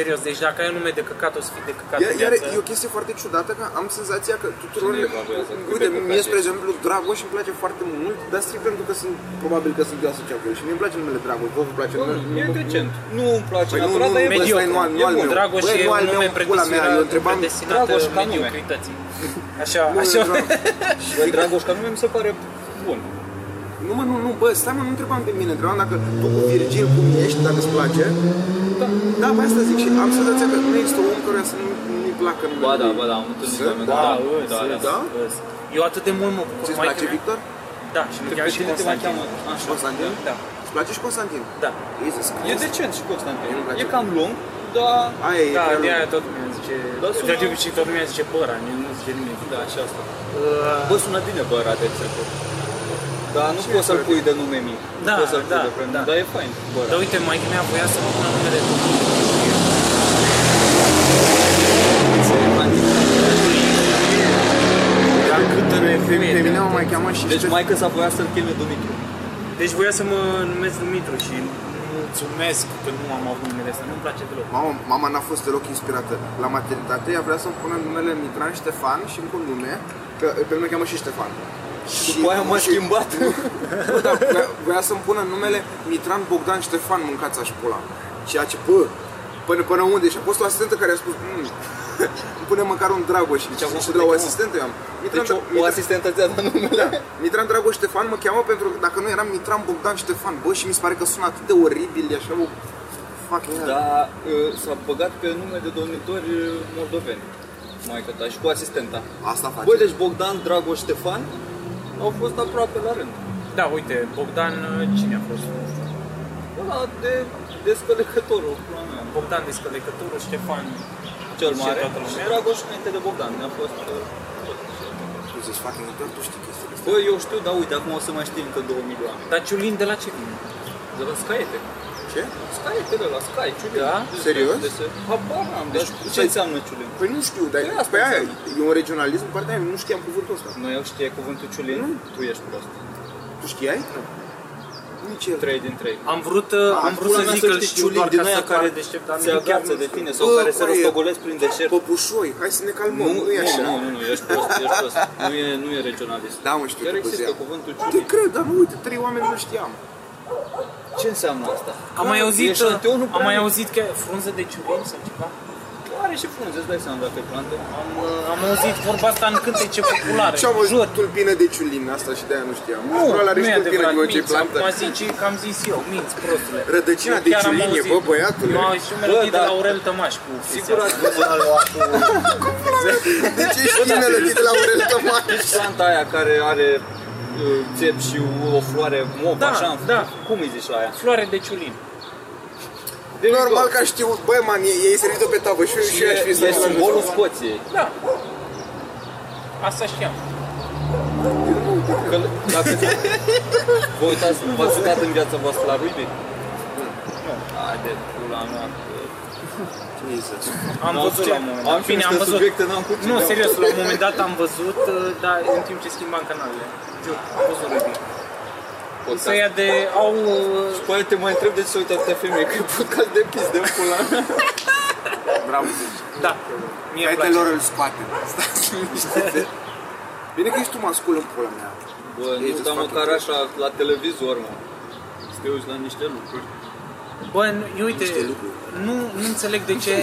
Speaker 4: Serios, deci dacă ai un nume de căcat, o să fii de căcat
Speaker 3: Iar,
Speaker 4: în
Speaker 3: iar
Speaker 4: viață.
Speaker 3: e o chestie foarte ciudată că am senzația că tuturor...
Speaker 2: Cine e babuiază?
Speaker 3: Uite,
Speaker 2: Câte
Speaker 3: mie,
Speaker 2: păcate?
Speaker 3: spre exemplu, Dragoș îmi place foarte mult, dar strict pentru că sunt, probabil că sunt eu asociat cu el și mie îmi place numele Dragoș, vă vă place
Speaker 2: Bă,
Speaker 3: numele?
Speaker 2: E decent. Nu îmi place
Speaker 3: Păi nu,
Speaker 2: natural,
Speaker 3: nu,
Speaker 2: dar e
Speaker 3: nu, bă, ăsta e
Speaker 2: mediocru.
Speaker 3: nu al- nu al
Speaker 2: E bun.
Speaker 3: meu.
Speaker 4: Dragoș
Speaker 3: Bă,
Speaker 4: e
Speaker 3: nu al
Speaker 4: un
Speaker 3: meu,
Speaker 4: nume
Speaker 3: pula mea, eu
Speaker 4: predestinat,
Speaker 3: întrebam-
Speaker 4: predestinat
Speaker 2: Dragoș ca nume.
Speaker 4: mediocrității. Așa,
Speaker 3: Numele
Speaker 4: așa.
Speaker 3: Dragoș.
Speaker 2: Băi, Păi Dragoș, ca nume mi se pare bun.
Speaker 3: Nu mă, nu, nu, bă, stai mă, nu întrebam pe mine, întrebam dacă tu cu Virgil cum ești, dacă îți place. Da, da, bă, asta zic și am senzația că nu există om care să nu, nu-i placă numele.
Speaker 2: Ba da,
Speaker 3: lui.
Speaker 2: ba da, am întâlnit
Speaker 3: Să-
Speaker 2: oameni.
Speaker 3: Da,
Speaker 2: Da,
Speaker 4: bă,
Speaker 2: da,
Speaker 4: serios,
Speaker 2: da.
Speaker 3: da.
Speaker 4: bă. Eu atât de mult mă bucur.
Speaker 3: Ți-ți
Speaker 4: maică
Speaker 3: place
Speaker 4: mea-
Speaker 3: Victor?
Speaker 4: Da, și mă
Speaker 2: Pe
Speaker 4: cheamă și
Speaker 2: cine te mai
Speaker 4: Constantin.
Speaker 2: cheamă? Așa.
Speaker 3: Constantin?
Speaker 4: Da,
Speaker 3: Îți place și Constantin?
Speaker 4: da.
Speaker 3: Ei zic,
Speaker 2: E decent și Constantin.
Speaker 3: Mie îmi place.
Speaker 2: E cam lung, dar...
Speaker 3: Aia e,
Speaker 4: Da,
Speaker 3: prea
Speaker 4: de
Speaker 3: lung.
Speaker 4: aia tot lumea zice,
Speaker 2: Da, sună-
Speaker 4: de de obicei tot lumea zice păra, nu nu zice nimic.
Speaker 2: Da, și asta.
Speaker 4: Uh,
Speaker 2: Bă, sună bine băra, de exemplu. Dar nu poți să-l pui de nume mic. Nu
Speaker 4: Da,
Speaker 2: poți să-l pui
Speaker 4: da,
Speaker 2: de prenume,
Speaker 4: da.
Speaker 2: Dar e fain băra.
Speaker 4: Dar uite, mai mea voia să mă pună numele de
Speaker 3: Dar cât în
Speaker 4: femeie,
Speaker 3: Pe mine
Speaker 4: da.
Speaker 3: mă mai cheamă și
Speaker 2: Deci
Speaker 3: Ștefan.
Speaker 2: mai că s-a voia să-l cheme Dumitru.
Speaker 4: Deci voia să mă numesc Dumitru și nu mulțumesc că nu am avut numele ăsta, nu-mi place deloc.
Speaker 3: Mama, mama n-a fost deloc inspirată. La maternitate ea vrea să-mi pună numele Mitran Ștefan și încă un nume, că pe mine cheamă și Ștefan. Și
Speaker 2: După aia m-a
Speaker 3: și-
Speaker 2: schimbat.
Speaker 3: Bă, dar vrea, vrea să-mi pună numele Mitran Bogdan Ștefan, mâncați aș pula. Ceea ce, bă, până, până unde? Și a fost o asistentă care a spus, mm, (laughs) îmi pune măcar un Dragoș.
Speaker 2: Deci acum
Speaker 3: și
Speaker 2: cum
Speaker 3: de la
Speaker 2: te
Speaker 3: o
Speaker 2: cheamă?
Speaker 3: asistentă eu am. Mitran,
Speaker 2: Deci o, o
Speaker 3: Mitran-
Speaker 2: asistentă ți-a dat numele.
Speaker 3: Da. Mitran Dragoș Ștefan mă cheamă pentru că dacă nu eram Mitran Bogdan Ștefan, bă, și mi se pare că sună atât de oribil, e așa o... Fuck yeah.
Speaker 2: Dar uh, s-a băgat pe nume de domnitori uh, moldoveni. Maica ta și cu asistenta.
Speaker 3: Asta face.
Speaker 2: Băi, deci Bogdan, Dragoș, Ștefan au fost aproape la rând.
Speaker 4: Da, uite, Bogdan, uh, cine a fost?
Speaker 2: Ăla de descălecătorul, pula mea,
Speaker 4: Bogdan Descălecătorul, Ștefan
Speaker 2: cel
Speaker 4: Și
Speaker 2: mare.
Speaker 4: toată lumea.
Speaker 2: Și Dragoș înainte de Bogdan. A fost... uh, tot.
Speaker 3: Tu zici, fucking, doar tu știi chestiile astea.
Speaker 2: Bă, eu știu, dar uite, acum o să mai știm încă 2 milioane.
Speaker 4: Dar Ciulin de la ce vine?
Speaker 2: De la Skyete.
Speaker 3: Ce?
Speaker 2: Skyetele la Sky, ciulin.
Speaker 4: Da?
Speaker 2: De-
Speaker 3: Serios?
Speaker 2: de- de- Habar n-am, dar Deci ce
Speaker 3: păi-
Speaker 2: înseamnă ciulin?
Speaker 3: Păi nu știu, dar
Speaker 2: Păi asta
Speaker 3: pe aia
Speaker 2: înseamnă.
Speaker 3: e un regionalism, partea aia, nu știam cuvântul ăsta.
Speaker 2: Nu, eu știe cuvântul ciulin, tu ești prost.
Speaker 3: Tu știai? Nici el.
Speaker 2: 3 din 3.
Speaker 4: Am vrut, uh,
Speaker 2: Da,
Speaker 4: am vrut să zic că îl știu doar
Speaker 2: din
Speaker 4: ca să
Speaker 2: care
Speaker 4: care deștept, dar
Speaker 2: se
Speaker 4: nu chiar
Speaker 2: agață
Speaker 4: nu
Speaker 2: de
Speaker 4: știu.
Speaker 2: tine sau
Speaker 3: Bă,
Speaker 2: care se
Speaker 3: bă, e-
Speaker 2: rostogolesc prin deșert.
Speaker 3: Păpușoi, hai să ne calmăm, nu, e așa.
Speaker 2: Nu, nu, nu, ești prost, ești prost. Nu e, nu e regionalist.
Speaker 3: Da, mă, știu
Speaker 2: Chiar
Speaker 3: ce
Speaker 2: există
Speaker 3: buzea.
Speaker 2: cuvântul
Speaker 3: Te
Speaker 2: ciulin.
Speaker 3: cred, dar nu uite, trei oameni nu știam.
Speaker 2: Ce înseamnă asta?
Speaker 4: Am mai
Speaker 2: Că
Speaker 4: auzit, uh,
Speaker 2: eșantionul
Speaker 4: am mai
Speaker 2: plantelor.
Speaker 4: auzit că frunze de ciulin sau ceva?
Speaker 2: Are și frunze, îți dai seama dacă e plantă.
Speaker 4: Am, uh, am auzit vorba asta în (laughs) cântece populare.
Speaker 3: Și am
Speaker 4: Jur.
Speaker 3: văzut tulpină de ciulin, asta și de-aia nu știam.
Speaker 4: Nu,
Speaker 3: Probabil are
Speaker 4: nu
Speaker 3: și
Speaker 4: e
Speaker 3: tulpină
Speaker 4: adevărat,
Speaker 3: din orice
Speaker 4: minți,
Speaker 3: plantă.
Speaker 4: acum zici că am zis eu, minți, prostule.
Speaker 3: Rădăcina
Speaker 4: Eu
Speaker 3: de
Speaker 4: chiar am
Speaker 3: ciulinie,
Speaker 4: auzit.
Speaker 3: bă, băiatule.
Speaker 4: Eu am auzit și o melodie
Speaker 2: Bă,
Speaker 4: de la
Speaker 2: dar-
Speaker 4: Aurel Tămaș cu chestia
Speaker 2: Sigur ați
Speaker 4: asta.
Speaker 3: da.
Speaker 2: văzut la
Speaker 3: De ce știi melodii de la Aurel Tămaș?
Speaker 2: planta aia care are uh, țep și o floare mov,
Speaker 4: Da,
Speaker 2: așa?
Speaker 4: da.
Speaker 2: Cum îi zici la aia?
Speaker 4: Floare de ciulin.
Speaker 2: De
Speaker 3: Normal că a știut, băi, man, ei- ei se ridică pe tavă și eu și eu aș fi
Speaker 2: E,
Speaker 3: să
Speaker 2: e simbolul Scoției.
Speaker 4: Da. Asta știam.
Speaker 2: Că, dacă vă uitați, v-ați uitat în viața voastră la rugby? Nu. Haide, pula mea.
Speaker 3: Jesus.
Speaker 4: Am
Speaker 2: N-am
Speaker 4: văzut
Speaker 2: văzut
Speaker 4: ce...
Speaker 2: la un moment dat.
Speaker 4: Am, bine,
Speaker 2: Am
Speaker 4: am
Speaker 2: niște
Speaker 4: văzut.
Speaker 2: subiecte, n-am putut.
Speaker 4: nu, serios, la un moment dat am văzut, uh, dar în timp ce schimbam canalele. Jur, am văzut rugby. Să ia de... au... uh,
Speaker 2: După aia Păi, te mai întreb de ce se uită atâtea femei, că e podcast de pis de pula mea.
Speaker 3: Bravo.
Speaker 4: Da, mie îmi place.
Speaker 3: Fetelor în spate. (laughs) Stați liniștite. Bine că ești tu mascul în pula mea.
Speaker 2: Bă,
Speaker 3: Ei,
Speaker 2: nu,
Speaker 3: ce-ți
Speaker 2: dar
Speaker 3: fac
Speaker 2: măcar
Speaker 3: eu?
Speaker 2: așa, la televizor, mă. Să te uiți la niște lucruri.
Speaker 4: Bă, nu- eu uite,
Speaker 3: Niște lucruri.
Speaker 4: nu, nu înțeleg de ce...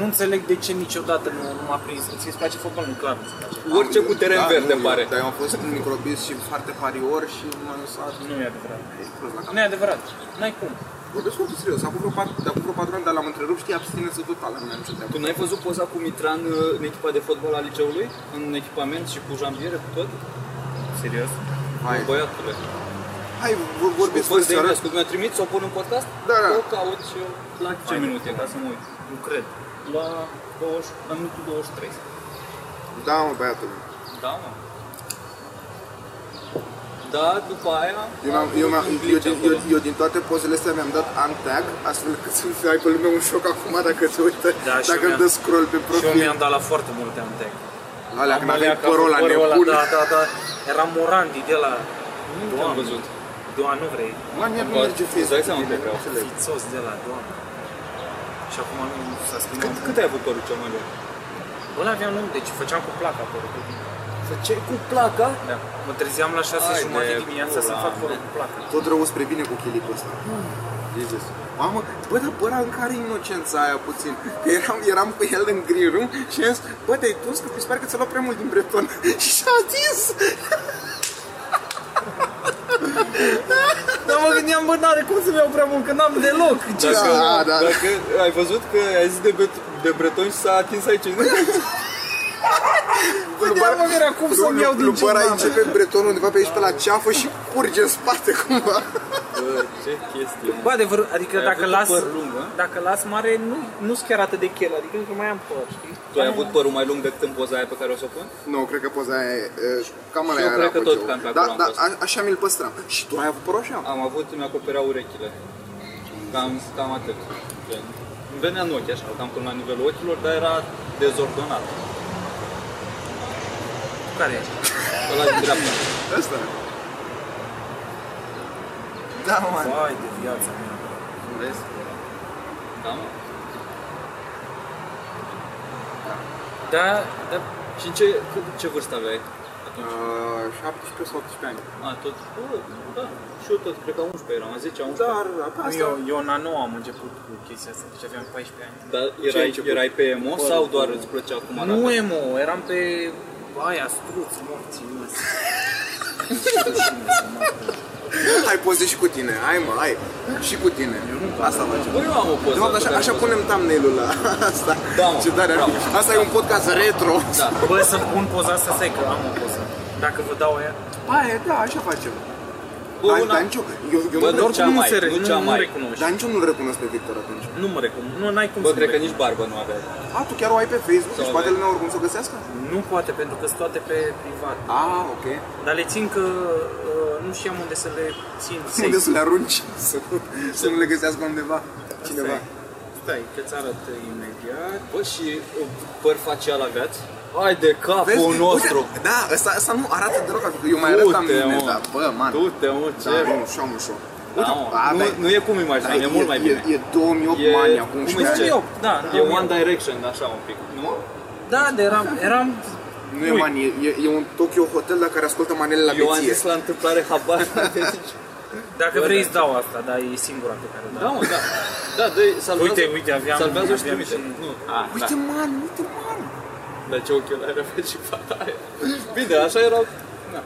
Speaker 4: Nu înțeleg de ce niciodată nu, nu m-a prins. Ți îți place fotbalul? Clar nu-ți place.
Speaker 2: Orice cu teren
Speaker 3: Da,
Speaker 2: verde,
Speaker 3: nu,
Speaker 2: îmi pare.
Speaker 3: Dar eu am fost un microbist și foarte parior și m-am lăsat.
Speaker 4: Nu e adevărat.
Speaker 3: Ești prost la cap.
Speaker 4: Nu e adevărat. N-ai cum.
Speaker 3: Vorbesc foarte serios. Acum vreo patru, de acum vreo patru ani, dar l-am întrerupt, știi, abstineță totală. Nu am nicio treabă.
Speaker 2: Tu n-ai văzut poza cu Mitran uh, în echipa de fotbal a liceului? În echipament și cu jambiere, cu tot?
Speaker 4: Serios?
Speaker 3: Hai,
Speaker 2: Băiatule.
Speaker 3: hai vor- vorbesc
Speaker 2: Cu fost
Speaker 3: foarte
Speaker 2: de
Speaker 3: serios.
Speaker 2: Ines, cum mi-a trimis, să o pun în podcast?
Speaker 3: Da, da.
Speaker 2: O caut și eu. La ce minute, ca să mă uit?
Speaker 4: Nu cred.
Speaker 2: La, 20, la minutul 23.
Speaker 3: Da, mă, băiatul.
Speaker 2: Da, mă. Da, după aia...
Speaker 3: Eu, mi-am, eu, mi-am, eu, din, eu, eu, din toate pozele astea mi-am dat untag, astfel că să nu ai pe lumea un șoc acum dacă se uită,
Speaker 4: Da, și
Speaker 3: dacă
Speaker 4: eu
Speaker 3: îmi dă
Speaker 4: mi-am-
Speaker 3: scroll pe
Speaker 4: Și eu
Speaker 3: profil.
Speaker 4: mi-am dat la foarte multe amtec.
Speaker 3: Alea când aveai
Speaker 4: Alea ca
Speaker 3: părul la
Speaker 4: părul ăla,
Speaker 3: nebun.
Speaker 4: Da, da, da. Era Morandi de la...
Speaker 2: Nu am văzut.
Speaker 4: Doamne, nu vrei.
Speaker 3: Man, iar nu
Speaker 2: Bă,
Speaker 3: merge
Speaker 2: îți dai seama
Speaker 3: Facebook.
Speaker 2: că vreau.
Speaker 3: Înțeleg.
Speaker 4: Fițos de la Doamne. Și acum nu s-a schimbat.
Speaker 2: Cât, cât ai avut părul cel mai lung?
Speaker 4: Ăla aveam lung, deci făceam cu placa acolo.
Speaker 2: Făceai cu placa?
Speaker 4: Da. Mă trezeam la 6
Speaker 2: Hai
Speaker 4: jumate
Speaker 2: de
Speaker 4: dimineața să
Speaker 2: pula
Speaker 4: fac voră
Speaker 2: mea.
Speaker 4: cu placa.
Speaker 3: Tot rău spre bine cu chilipul ăsta. Jesus. Mamă, bă, dar bă, în care inocența aia puțin? Că eram, eram cu el în green room și i-am zis, bă, te-ai dus că mi se pare că ți-a luat prea mult din breton. (laughs) și a zis,
Speaker 4: Dar mă gândeam, bă, n-are cum să-mi iau prea mult, că n-am deloc. Ce
Speaker 2: Dacă,
Speaker 3: Da, da.
Speaker 2: dacă ai văzut că ai zis de, bet- de breton și s-a atins aici.
Speaker 3: bă,
Speaker 4: de mă era cum să-mi iau din
Speaker 3: Lupara
Speaker 4: ce
Speaker 3: începe bretonul undeva pe aici pe la ceafă și curge în spate cumva.
Speaker 2: Bă, ce chestie.
Speaker 4: Bă, adevăr, adică
Speaker 2: Ai
Speaker 4: dacă
Speaker 2: avut
Speaker 4: las,
Speaker 2: un păr lung, a?
Speaker 4: dacă las mare, nu, nu-s chiar atât de chel, adică încă mai am păr, știi?
Speaker 2: Tu ai avut părul mai lung decât în poza aia pe care o să o pun?
Speaker 3: Nu, cred că poza aia e, e, cam alea
Speaker 2: eu
Speaker 3: era
Speaker 2: cred că
Speaker 3: cu
Speaker 2: tot
Speaker 3: Joe.
Speaker 2: cam pe
Speaker 3: Da,
Speaker 2: acolo am
Speaker 3: da,
Speaker 2: fost.
Speaker 3: a- așa mi-l păstram. Și tu ai avut părul așa?
Speaker 2: Am avut, mi acoperea urechile. Cam, cam atât. Gen. Îmi venea în ochi așa, cam până la nivelul ochilor, dar era dezordonat.
Speaker 4: Care e?
Speaker 2: Ăla din dreapta.
Speaker 3: Ăsta. Da, man. Da,
Speaker 4: Vai de viața mea.
Speaker 2: Vezi? Da, mă.
Speaker 4: Da,
Speaker 2: Da. Și în ce, cât- ce vârstă aveai?
Speaker 3: Uh, 17 sau 18 ani.
Speaker 2: A, tot, bă, da, și eu tot, cred că 11 eram, 10, 11.
Speaker 3: Dar uh, pe asta...
Speaker 4: eu, eu în a noua am început cu chestia asta, deci aveam 14 ani.
Speaker 2: Dar
Speaker 3: ai
Speaker 2: erai,
Speaker 3: început?
Speaker 2: erai pe emo sau doar îți plăcea cum arată?
Speaker 4: Nu emo, eram pe aia, struți, morți, măs.
Speaker 3: Hai poze și cu tine, hai mă, hai. Și cu tine. Asta facem.
Speaker 2: Bă, eu am o poză.
Speaker 3: De fapt, așa, așa punem thumbnail-ul la asta.
Speaker 2: Da, mă,
Speaker 3: Ce tare ar fi.
Speaker 2: bravo.
Speaker 3: Asta e un podcast retro.
Speaker 2: Da.
Speaker 4: Bă, să pun poza asta, stai că am o poză. Dacă vă dau aia,
Speaker 3: Aia, da, așa facem.
Speaker 2: Bă,
Speaker 3: Dar,
Speaker 2: una-
Speaker 3: dar nicio, eu, eu
Speaker 2: Bă,
Speaker 3: nu,
Speaker 2: doar-
Speaker 3: doar...
Speaker 2: cea
Speaker 4: oricum nu
Speaker 2: mai,
Speaker 4: se re-
Speaker 2: nu
Speaker 4: nu,
Speaker 2: cea
Speaker 4: nu, nu
Speaker 2: mai.
Speaker 4: recunoști.
Speaker 3: dar nici eu nu-l recunosc pe Victor atunci.
Speaker 4: Nu mă recunoști, nu ai cum
Speaker 2: Bă,
Speaker 4: să
Speaker 2: cred
Speaker 4: mă
Speaker 2: că nici barbă nu avea.
Speaker 3: A, tu chiar o ai pe Facebook
Speaker 2: Sau
Speaker 3: și
Speaker 2: avea-
Speaker 3: poate lumea oricum să o găsească?
Speaker 4: recunoști. Nu poate, pentru că sunt toate pe privat.
Speaker 3: A, ok.
Speaker 4: Dar le țin că uh, nu știam unde să le țin. Safe.
Speaker 3: (laughs) Unde să le arunci? Să, să nu le găsească undeva cineva.
Speaker 4: Stai, că ți arăt imediat.
Speaker 2: Bă, și uh, păr facial aveați? Hai de capul nostru!
Speaker 3: Uite, da, ăsta, ăsta nu arată deloc, adică eu mai arăt am mine, dar bă, man.
Speaker 2: Du-te, mă,
Speaker 3: Da,
Speaker 2: ce...
Speaker 3: nu, și-am un show.
Speaker 2: Da, mă, nu, nu e cum imaginam, e mult mai bine.
Speaker 3: da, E, e 2008
Speaker 2: E-
Speaker 3: mania, cum
Speaker 2: cum
Speaker 3: și
Speaker 2: îi zice?
Speaker 3: aia.
Speaker 4: 2008, da,
Speaker 2: E
Speaker 4: 2008.
Speaker 2: One Direction, așa un pic, nu?
Speaker 4: Da, de eram, eram
Speaker 3: Nu e manie, e, e un Tokyo Hotel la care ascultă manele la
Speaker 2: Eu am
Speaker 3: beție.
Speaker 2: zis la întâmplare habar.
Speaker 4: Dacă
Speaker 2: Bă,
Speaker 4: vrei
Speaker 2: da.
Speaker 4: îți dau asta, dar e singura pe care o
Speaker 2: da,
Speaker 4: dau.
Speaker 2: mă, da. Da, dă salvează.
Speaker 4: Uite, uite, aveam-
Speaker 2: Salvează și
Speaker 4: aveam
Speaker 2: trimite.
Speaker 4: și-
Speaker 2: Nu. A, da.
Speaker 3: Uite, man, uite, man.
Speaker 2: Dar ce ochelari avea și fata aia. Bine, așa erau.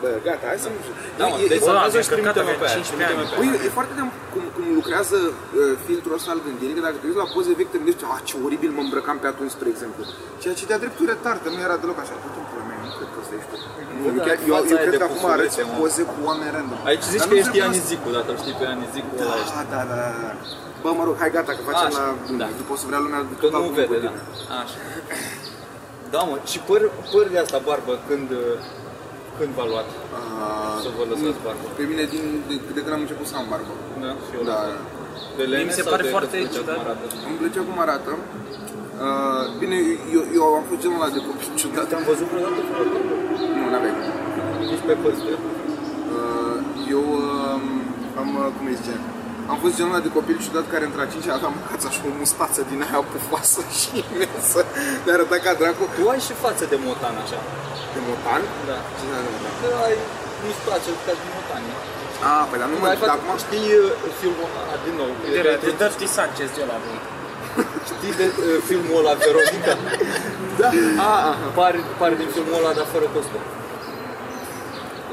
Speaker 3: Bă, gata, hai să nu știu.
Speaker 2: Da, mă,
Speaker 3: E- e-
Speaker 2: deci
Speaker 4: Bă,
Speaker 2: salvează
Speaker 4: mi-a
Speaker 2: și trimite-mă
Speaker 4: căcat,
Speaker 2: pe aia.
Speaker 4: aveam 15
Speaker 2: trimite-mă
Speaker 4: ani.
Speaker 2: pe
Speaker 3: Păi,
Speaker 2: aia.
Speaker 3: e foarte de cum, cum lucrează uh, filtrul ăsta al gândirii, că dacă te uiți la poze vechi, te gândești, a, ce oribil mă îmbrăcam pe atunci, spre exemplu. Ceea ce de-a dreptul retard, că nu era deloc așa. Tot în pula mea, nu cred că ăsta ești tu. Eu,
Speaker 2: da,
Speaker 3: chiar- eu,
Speaker 2: fața
Speaker 3: eu
Speaker 2: aia
Speaker 3: cred
Speaker 2: de
Speaker 3: că acum
Speaker 2: pufulețe,
Speaker 3: arăți
Speaker 2: mă.
Speaker 3: poze cu oameni random.
Speaker 2: Aici zici
Speaker 3: Dar
Speaker 2: că
Speaker 3: nu
Speaker 2: ești
Speaker 3: recunosc-
Speaker 2: Ianizicu, dacă îl știi pe Ianizicu ăla ești.
Speaker 3: Da, da, da, da. da. Bă, mă rog, hai gata, că facem
Speaker 2: Așa,
Speaker 3: la...
Speaker 2: da.
Speaker 3: După o să vrea lumea...
Speaker 2: Că
Speaker 3: tot
Speaker 2: nu
Speaker 3: altcum
Speaker 2: vede,
Speaker 3: cu
Speaker 2: da.
Speaker 3: tine.
Speaker 2: Așa. Da, mă, și păr, păr de asta, barbă, când, uh, când v-a luat?
Speaker 3: Ah,
Speaker 2: Să vă lăsați barbă.
Speaker 3: Pe mine, din, de, de când am început să am barbă.
Speaker 2: Da, și eu
Speaker 3: Da.
Speaker 2: la fel. De lene
Speaker 4: Mi se
Speaker 2: sau
Speaker 4: pare
Speaker 2: de- de
Speaker 4: foarte
Speaker 2: plăcea cum
Speaker 4: ciudat.
Speaker 2: arată?
Speaker 3: Îmi plăcea cum arată. Uh, bine, eu, eu am fost genul ăla de copil ciudat.
Speaker 2: Te-am văzut vreodată fără barbă?
Speaker 3: Nu, n-aveai cum.
Speaker 2: Nici pe păr, stai.
Speaker 3: Uh, eu um, am, uh, cum îi zice, am fost genul ăla de copil ciudat care între a 5 aveam cața și o mustață din aia pufoasă (laughs) și imensă. Ne arăta ca dracu.
Speaker 2: Tu ai și față de motan, așa.
Speaker 3: De motan?
Speaker 2: Da.
Speaker 3: Ce înseamnă de motan?
Speaker 2: Că ai mustață ca din motan, e.
Speaker 3: Ah, păi dar nu mă,
Speaker 2: Dar ai
Speaker 3: dar
Speaker 2: față-
Speaker 3: acum
Speaker 2: știi uh, filmul ăla, din nou,
Speaker 4: De la de
Speaker 2: de-
Speaker 4: Dirty Sanchez de la voi.
Speaker 2: știi de uh, filmul ăla, (laughs) Veronica?
Speaker 3: Da.
Speaker 2: Ah, pare, pare din filmul ăla, dar fără costum.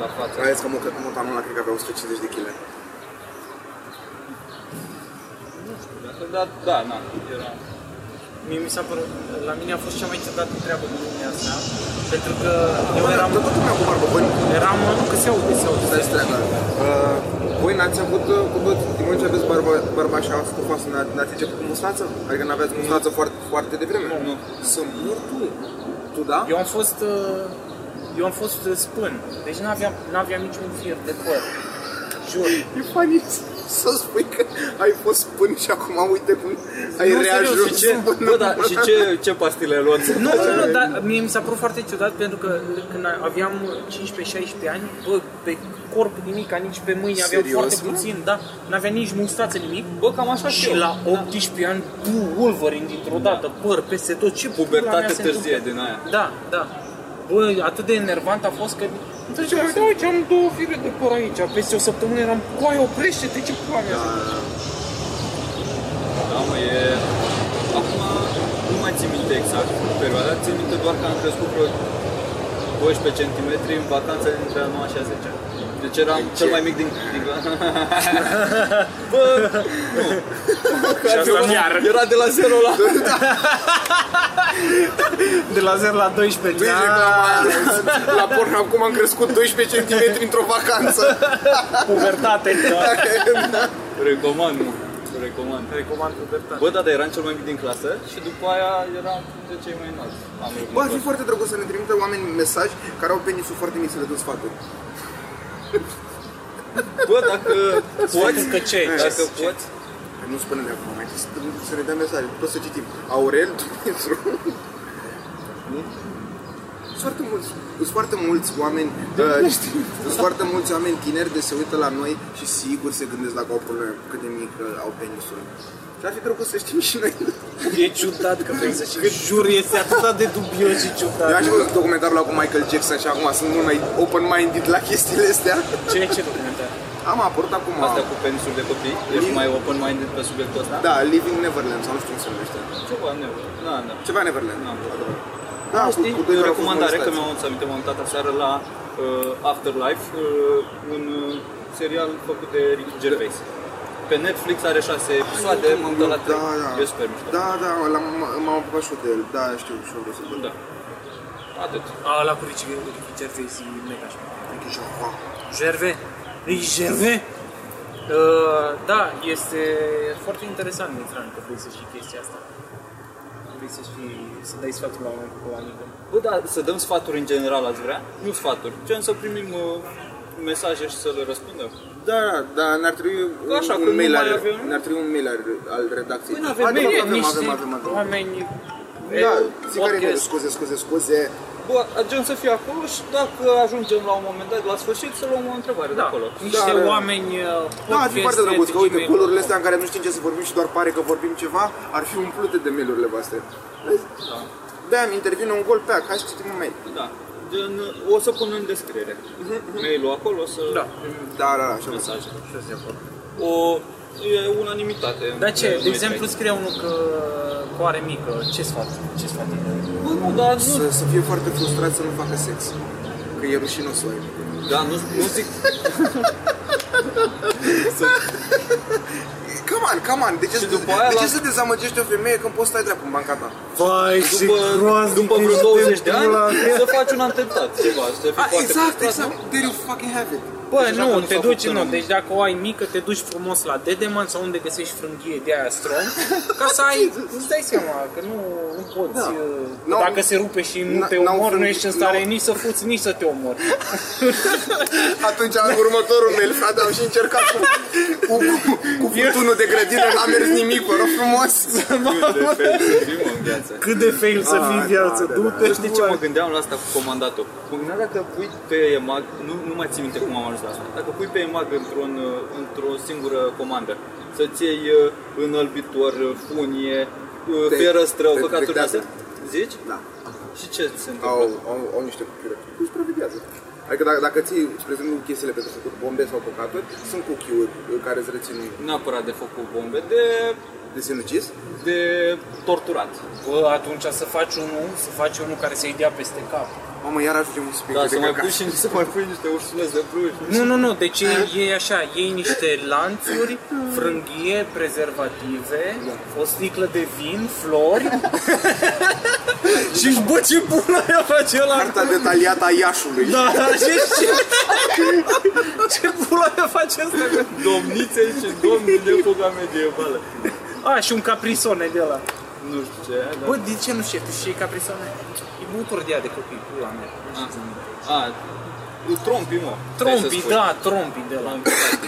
Speaker 2: La față.
Speaker 3: Mai ales că moca- motanul ăla cred că avea 150 de kg.
Speaker 2: Da, da, na, era...
Speaker 4: Mie mi s-a părut, la mine a fost cea mai ciudată treabă din lumea asta, pentru că eu eram,
Speaker 3: Tot lumea cu barbă, băi,
Speaker 4: eram, nu că se aude, se aude.
Speaker 3: Stai să treacă. Uh, voi n-ați avut, uh, cu tot, din moment ce aveți barba, barba așa scufoasă, n-a- n-ați început cu mustață? Adică n-aveați mustață foarte, foarte devreme?
Speaker 2: Nu.
Speaker 3: Să mor tu. Tu da?
Speaker 4: Eu am fost, uh, eu am fost uh, spân, deci n-aveam, n-aveam niciun fir de păr. Jur.
Speaker 3: E funny să spui că ai fost până și acum uite cum ai
Speaker 4: serios,
Speaker 3: reajuns.
Speaker 2: Și ce, bă, da, și ce, ce pastile ai luat?
Speaker 4: Nu, nu, nu, dar mie mi s-a părut foarte ciudat pentru că când aveam 15-16 ani, bă, pe corp nimic, nici pe mâini aveam
Speaker 3: Serios,
Speaker 4: foarte
Speaker 3: mă?
Speaker 4: puțin, da, n-aveam nici mustață, nimic.
Speaker 2: Bă, cam așa și
Speaker 4: Și
Speaker 2: eu.
Speaker 4: la 18 ani, tu, Wolverine, dintr-o dată, păr, peste tot, ce pula
Speaker 2: Pubertate
Speaker 4: mea se
Speaker 2: târzie
Speaker 4: întâmplă?
Speaker 2: din aia.
Speaker 4: Da, da. Bă, atât de enervant a fost că... Deci, da, uite, am două fire de păr aici, peste o săptămână eram, coai, oprește-te, ce pula mea se întâmplă?
Speaker 2: Da, mă, e... Acum nu mai țin minte exact perioada, țin minte doar că am crescut vreo 12 cm în vacanța dintre a 9 și a 10 Deci eram
Speaker 3: De
Speaker 2: cel
Speaker 3: ce?
Speaker 2: mai mic din... din...
Speaker 4: (laughs)
Speaker 2: Bă,
Speaker 4: Și asta
Speaker 2: nu.
Speaker 4: chiar.
Speaker 2: Era de la 0 la...
Speaker 4: De la 0 la 12,
Speaker 2: Da.
Speaker 3: Tu ești reclama aia. la porn acum am crescut 12 cm într-o vacanță.
Speaker 4: pubertate. Da.
Speaker 2: Recomand, mă. Recomand.
Speaker 4: Recomand pubertate.
Speaker 2: Bă, da, dar eram cel mai mic din clasă și după aia eram de cei mai înalți. Am
Speaker 3: Bă, ar fi foarte drăguț să ne trimită oameni mesaj care au penisul foarte mic să le dăm sfaturi.
Speaker 2: Bă, dacă poți,
Speaker 4: Poți că ce?
Speaker 2: dacă
Speaker 4: ce-
Speaker 2: poți,
Speaker 3: Nu spune de acum, mai să, să (laughs) ne dea mesaje, tot să citim. Aurel Dumitru. Sunt foarte mulți, sunt foarte mulți oameni, uh, sunt foarte mulți oameni tineri de se uită la noi și sigur se gândesc la o problemă cât de mic uh, au penisul. Și ar fi drăguț să știm și noi.
Speaker 2: E ciudat că vrei să știi. Jur, este atât de dubios și
Speaker 3: Eu am
Speaker 2: ciudat.
Speaker 3: și văzut documentarul cu Michael Jackson și acum sunt mult mai open-minded la chestiile astea.
Speaker 4: Ce, ce documentar?
Speaker 3: Am apărut acum...
Speaker 2: Astea cu pensul de copii, ești mai open-minded pe subiectul ăsta?
Speaker 3: Da, Living Neverland, sau nu știu cum se numește.
Speaker 2: Ceva, nu, da, da.
Speaker 3: Ceva Neverland.
Speaker 2: N-am văzut.
Speaker 3: Adevărat.
Speaker 2: Da,
Speaker 3: cu-
Speaker 2: știi,
Speaker 3: cu doi care au fost
Speaker 2: recomandare, că
Speaker 3: molestați.
Speaker 2: mi-am adus aminte, m-am uitat aseară la uh, Afterlife, uh, un uh, serial făcut de Ricky Gervais. Pe Netflix are șase episoade, m-am uitat la trei.
Speaker 3: Da, da.
Speaker 2: E super mișto.
Speaker 3: Da, da, l-am, m-am apucat și eu de el. Da, știu, și eu vreau să-l văd.
Speaker 2: Da. Atât.
Speaker 4: A, la cu Ricky Ricky Gervais e mega șmecher.
Speaker 3: Ricky Gervais.
Speaker 4: Gervais. Ricky Gervais. Uh, da, este foarte interesant din Fran, că vrei să știi chestia asta. Vrei să știi, să dai sfatul la oameni cu o amică.
Speaker 2: Bă, da, să dăm sfaturi în general, ați vrea? Nu sfaturi, gen să primim uh, mesaje și să le răspundem.
Speaker 3: Da, da, da, ne-ar trebui un,
Speaker 2: Așa,
Speaker 3: un
Speaker 2: cum
Speaker 3: mail
Speaker 2: nu mai
Speaker 3: al,
Speaker 2: avem.
Speaker 3: ne-ar trebui un mail al, al redacției.
Speaker 2: Păi n-avem
Speaker 3: Ah, de
Speaker 2: mail,
Speaker 3: fapt, avem,
Speaker 4: niște
Speaker 3: avem, avem, avem.
Speaker 4: oameni...
Speaker 3: Da,
Speaker 4: Eh,
Speaker 3: zic care e,
Speaker 4: podcast.
Speaker 3: scuze, scuze, scuze.
Speaker 2: Bă, gen să fie acolo și dacă ajungem la un moment dat, la sfârșit, să luăm o întrebare de
Speaker 4: Da,
Speaker 2: acolo.
Speaker 4: niște
Speaker 3: da.
Speaker 4: oameni uh,
Speaker 3: Da, ar fi foarte drăguț că uite,
Speaker 4: gmail. da.
Speaker 3: colurile astea în care nu știm ce să vorbim și doar pare că vorbim ceva, ar fi umplute de mail-urile voastre.
Speaker 2: Da.
Speaker 3: Da, mi intervine un gol pe ac, hai să citim un mail.
Speaker 2: Da. Gen, o să pun în descriere mail-ul acolo, o să
Speaker 4: Mhm, Da.
Speaker 2: primim
Speaker 3: Da, da, da, așa vreau să-
Speaker 2: mesaje. O, e unanimitate.
Speaker 4: Dar ce,
Speaker 2: Nu
Speaker 4: de
Speaker 2: e
Speaker 4: exemplu,
Speaker 2: trei.
Speaker 4: scrie unul că cu are mică, ce sfat? Ce sfat e?
Speaker 2: Bă, nu, dar nu,
Speaker 3: să, să fie foarte frustrat să nu facă sex. Că e rușinos la el.
Speaker 2: da, nu, nu zic,
Speaker 3: Come on, come on, de ce,
Speaker 2: Și
Speaker 3: să-
Speaker 2: după aia
Speaker 3: de ce
Speaker 2: la-
Speaker 3: să dezamăgești o femeie când poți să stai dreapta în banca ta?
Speaker 5: Vai, ce
Speaker 2: după,
Speaker 5: groaznic
Speaker 2: după vreo
Speaker 5: ești,
Speaker 2: 20 de ani,
Speaker 5: pula mea.
Speaker 2: să faci un atentat, ceva, să fii
Speaker 3: Ah,
Speaker 2: foarte
Speaker 3: exact,
Speaker 2: frustrat,
Speaker 3: exact. There you fucking have it.
Speaker 4: Bă,
Speaker 2: Deci dacă
Speaker 4: nu,
Speaker 2: nu
Speaker 4: te
Speaker 2: s-a
Speaker 4: duci,
Speaker 2: făcut
Speaker 4: nu,
Speaker 2: în-
Speaker 4: deci dacă o ai mică, te duci frumos la Dedeman sau unde găsești frânghie de aia strong, ca să ai, (laughs) îți dai seama că nu, nu poți,
Speaker 3: Da.
Speaker 4: uh,
Speaker 3: N-au-
Speaker 4: dacă se rupe și nu
Speaker 3: n-
Speaker 4: te
Speaker 3: n-au
Speaker 4: omor, nu
Speaker 3: frânghie-
Speaker 4: ești în stare
Speaker 3: n-au-
Speaker 4: nici să fuți, nici să te (laughs) omori.
Speaker 3: Atunci, la următorul mail, frate, am și încercat cu, cu, cu, cu butonul de grădină, n-a mers nimic, vă rog frumos.
Speaker 2: nu, de fel să fim în viață.
Speaker 5: Cât de fail să
Speaker 3: Ah,
Speaker 5: fii în viață,
Speaker 3: da, da,
Speaker 5: du-te
Speaker 2: Bă, știi ce
Speaker 5: bă.
Speaker 2: mă gândeam la asta cu comandatul? Mă gândeam dacă pui pe EMAG, nu, nu mai țin minte cum am ajuns la asta, dacă pui pe EMAG într-un, uh, într-o singură comandă, să-ți iei uh, înălbitor, uh, funie, uh,
Speaker 3: Te-
Speaker 2: feră strău,
Speaker 3: te
Speaker 2: căcatul de
Speaker 3: detectează.
Speaker 2: astea, zici?
Speaker 3: Da.
Speaker 2: Și ce se
Speaker 3: Au,
Speaker 2: întâmplă?
Speaker 3: au, au niște cuchiuri. Cum supraveghează? Adică dacă, dacă ții, spre exemplu, chestiile pe căsături, bombe sau cocaturi, sunt cuchiuri care îți rețin
Speaker 2: Neapărat de făcut bombe, de,
Speaker 3: de sinucis.
Speaker 2: de torturat.
Speaker 4: Bă, atunci să faci unul, să faci unul care să-i dea peste cap.
Speaker 3: Mamă, iar ajungem un subiect
Speaker 2: Da,
Speaker 3: de
Speaker 2: să mai,
Speaker 3: căcat.
Speaker 2: pui și, să mai pui niște ursuleți de bruj.
Speaker 4: Nu, nu, nu, deci ei, ei așa, ei niște lanțuri, frânghie, prezervative,
Speaker 5: Da.
Speaker 4: o sticlă de vin, flori
Speaker 5: (laughs) Și-și bă, ce pula ea face ăla?
Speaker 3: Carta detaliată a Iașului.
Speaker 5: Da, da, ce, ce, ce pula ea face asta?
Speaker 2: Domnițe și domni de fuga medievală.
Speaker 4: A, și un caprisone de la.
Speaker 2: Nu știu ce,
Speaker 5: Da.
Speaker 2: dar...
Speaker 4: Bă, de ce nu știu? Tu știi caprisone? E butur de ea de copii, pula mea.
Speaker 5: Ah,
Speaker 2: A, a, trompi, mă. Stai să
Speaker 4: Trompi,
Speaker 2: spui.
Speaker 4: da, trompi de la.
Speaker 2: L-am uitat.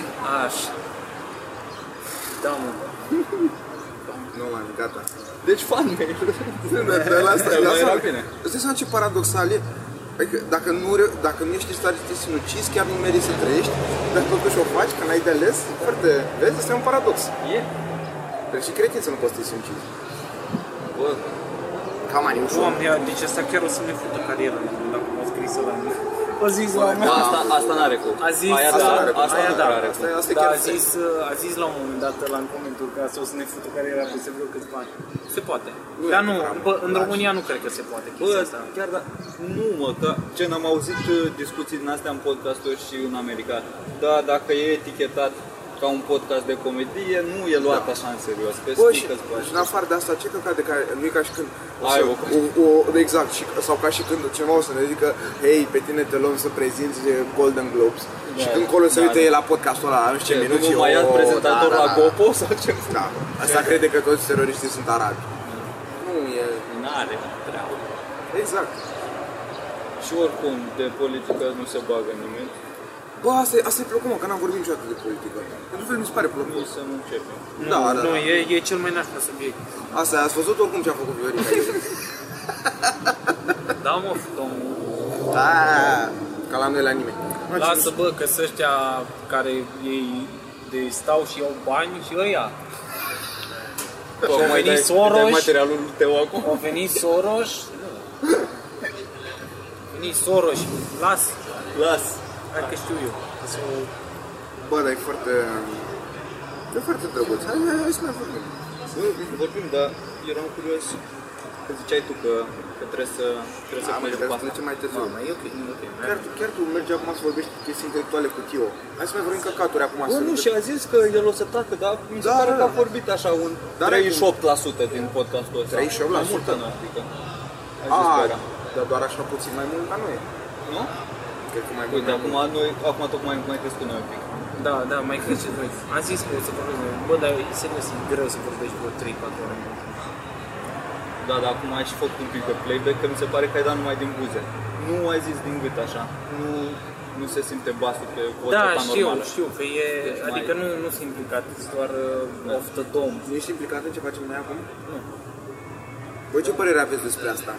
Speaker 4: Așa. Da, mă.
Speaker 3: Nu, mai gata.
Speaker 2: Deci fan mail.
Speaker 3: Dar dar la asta,
Speaker 2: Dar
Speaker 3: la
Speaker 2: mai
Speaker 3: asta,
Speaker 2: era bine.
Speaker 3: îți dai seama ce paradoxal e? Adică dacă nu, re- dacă nu ești în stare să te sinucizi, chiar nu meriți să trăiești, dar totuși o faci, că n-ai de ales, foarte, vezi, asta e un paradox.
Speaker 2: E?
Speaker 3: Trebuie și cretin să nu poți să te sinucizi.
Speaker 2: Bă,
Speaker 3: Cam ani, ușor.
Speaker 4: Doamne, deci asta chiar o să ne fută cariera, dacă m-a scris ăla. O zis la
Speaker 2: da, asta, asta n-are cum.
Speaker 4: A zis,
Speaker 2: aia da,
Speaker 3: n-are cum.
Speaker 2: asta
Speaker 4: aia da,
Speaker 2: n-are
Speaker 3: Asta, e-
Speaker 2: cum.
Speaker 3: asta e
Speaker 4: da,
Speaker 3: chiar
Speaker 4: a zis, a zis la un moment dat la în comentul că asta o să ne fută cariera peste vreo câți bani. Se poate.
Speaker 3: Nu e
Speaker 4: Dar nu,
Speaker 3: neapărat.
Speaker 4: bă, în
Speaker 3: Da.
Speaker 4: România nu cred că se poate chestia
Speaker 2: Bă,
Speaker 4: asta.
Speaker 2: chiar da, nu mă, că gen am auzit uh, discuții din astea în podcasturi și în America. Da, dacă e etichetat ca un podcast de comedie, nu e luat așa în serios, că
Speaker 3: Da. Bă,
Speaker 2: știi
Speaker 3: și,
Speaker 2: că-ți place.
Speaker 3: și în afară de asta, ce căcat de care nu e ca și când o să,
Speaker 2: Ai
Speaker 3: o, o, exact, și, sau ca și când cineva o să ne zică, hei, pe tine te luăm să prezinți eh, Golden Globes
Speaker 2: Da,
Speaker 3: și când colo se
Speaker 2: da,
Speaker 3: uită
Speaker 2: da.
Speaker 3: el la podcastul ăla, nu știu ce
Speaker 2: Ce,
Speaker 3: minut
Speaker 2: nu
Speaker 3: și
Speaker 2: mă mai ia
Speaker 3: o,
Speaker 2: prezentator
Speaker 3: da, da,
Speaker 2: la
Speaker 3: da,
Speaker 2: Gopo sau ce?
Speaker 3: Da, asta crede că toți teroriștii sunt arabi. Nu e,
Speaker 2: N-are treabă.
Speaker 3: exact.
Speaker 2: Și oricum, de politică nu se bagă nimeni,
Speaker 3: Bă, asta e, asta e plăcut, mă, că n-am vorbit niciodată de politică. Pentru fel mi se pare plăcut.
Speaker 2: nici să nu începem.
Speaker 4: Nu,
Speaker 3: da, da,
Speaker 4: nu,
Speaker 3: da.
Speaker 4: E, e cel mai nașpa subiect.
Speaker 3: Asta, ați văzut oricum ce a făcut Viorica.
Speaker 4: Da, mă, domnul.
Speaker 3: Aaa, Ca la noi la nimeni.
Speaker 4: Lasă, bă, că sunt ăștia care ei de stau și iau bani și ăia. Și-a
Speaker 2: Tocmai
Speaker 4: venit
Speaker 2: dai- dai
Speaker 4: Soros,
Speaker 2: materialul lui Teo acum.
Speaker 4: au venit (laughs) Soros, a venit Soros, las,
Speaker 2: Las.
Speaker 4: hai că știu eu.
Speaker 3: Bă, dar e foarte... E foarte drăguț. Hai, hai, hai să mai vorbim.
Speaker 2: Nu, vorbim, dar eram curios că ziceai tu că, că trebuie să, trebuie să
Speaker 3: Da, mă,
Speaker 2: pleci
Speaker 3: că
Speaker 2: cu
Speaker 3: trebuie să
Speaker 2: asta.
Speaker 3: trecem mai târziu.
Speaker 2: Mai e ok, e ok.
Speaker 3: Chiar, tu- chiar tu mergi acum să vorbești chestii intelectuale cu Tio. Hai să mai vorbim căcaturi acum.
Speaker 2: Bă,
Speaker 3: să-
Speaker 2: nu, și a zis că el o să tacă, dar mi se
Speaker 3: Da,
Speaker 2: pare
Speaker 3: da,
Speaker 2: că a
Speaker 3: da.
Speaker 2: vorbit așa un
Speaker 3: Dar
Speaker 2: 38% din podcastul ăsta.
Speaker 3: 38%?
Speaker 2: Mai mult, nu, adică. A zis
Speaker 3: A,
Speaker 2: Dora.
Speaker 3: Ah, dar doar așa puțin mai mult, dar nu e.
Speaker 2: Nu?
Speaker 3: Cred că mai mult.
Speaker 2: Uite,
Speaker 3: mai
Speaker 2: acum
Speaker 3: mult.
Speaker 2: noi, acum tocmai mai crescut noi un pic.
Speaker 4: Da, da, mai crezi ce vrei. Am zis că o să vorbesc, mai mult. bă, dar e serios, e greu să vorbești vreo 3-4 ore.
Speaker 2: Da, dar acum ai și făcut un pic de playback, că mi se pare că ai dat numai din buze. Nu ai zis din gât așa. Nu, nu se simte basul pe vocea
Speaker 4: Da,
Speaker 2: ta
Speaker 4: știu,
Speaker 2: normală.
Speaker 4: știu, că e,
Speaker 2: Deci mai- Da.
Speaker 4: adică nu, nu sunt implicat, sunt doar uh, off the dome.
Speaker 3: Nu ești implicat în ce facem noi acum? Nu. Voi ce părere aveți despre
Speaker 2: (laughs)
Speaker 3: asta?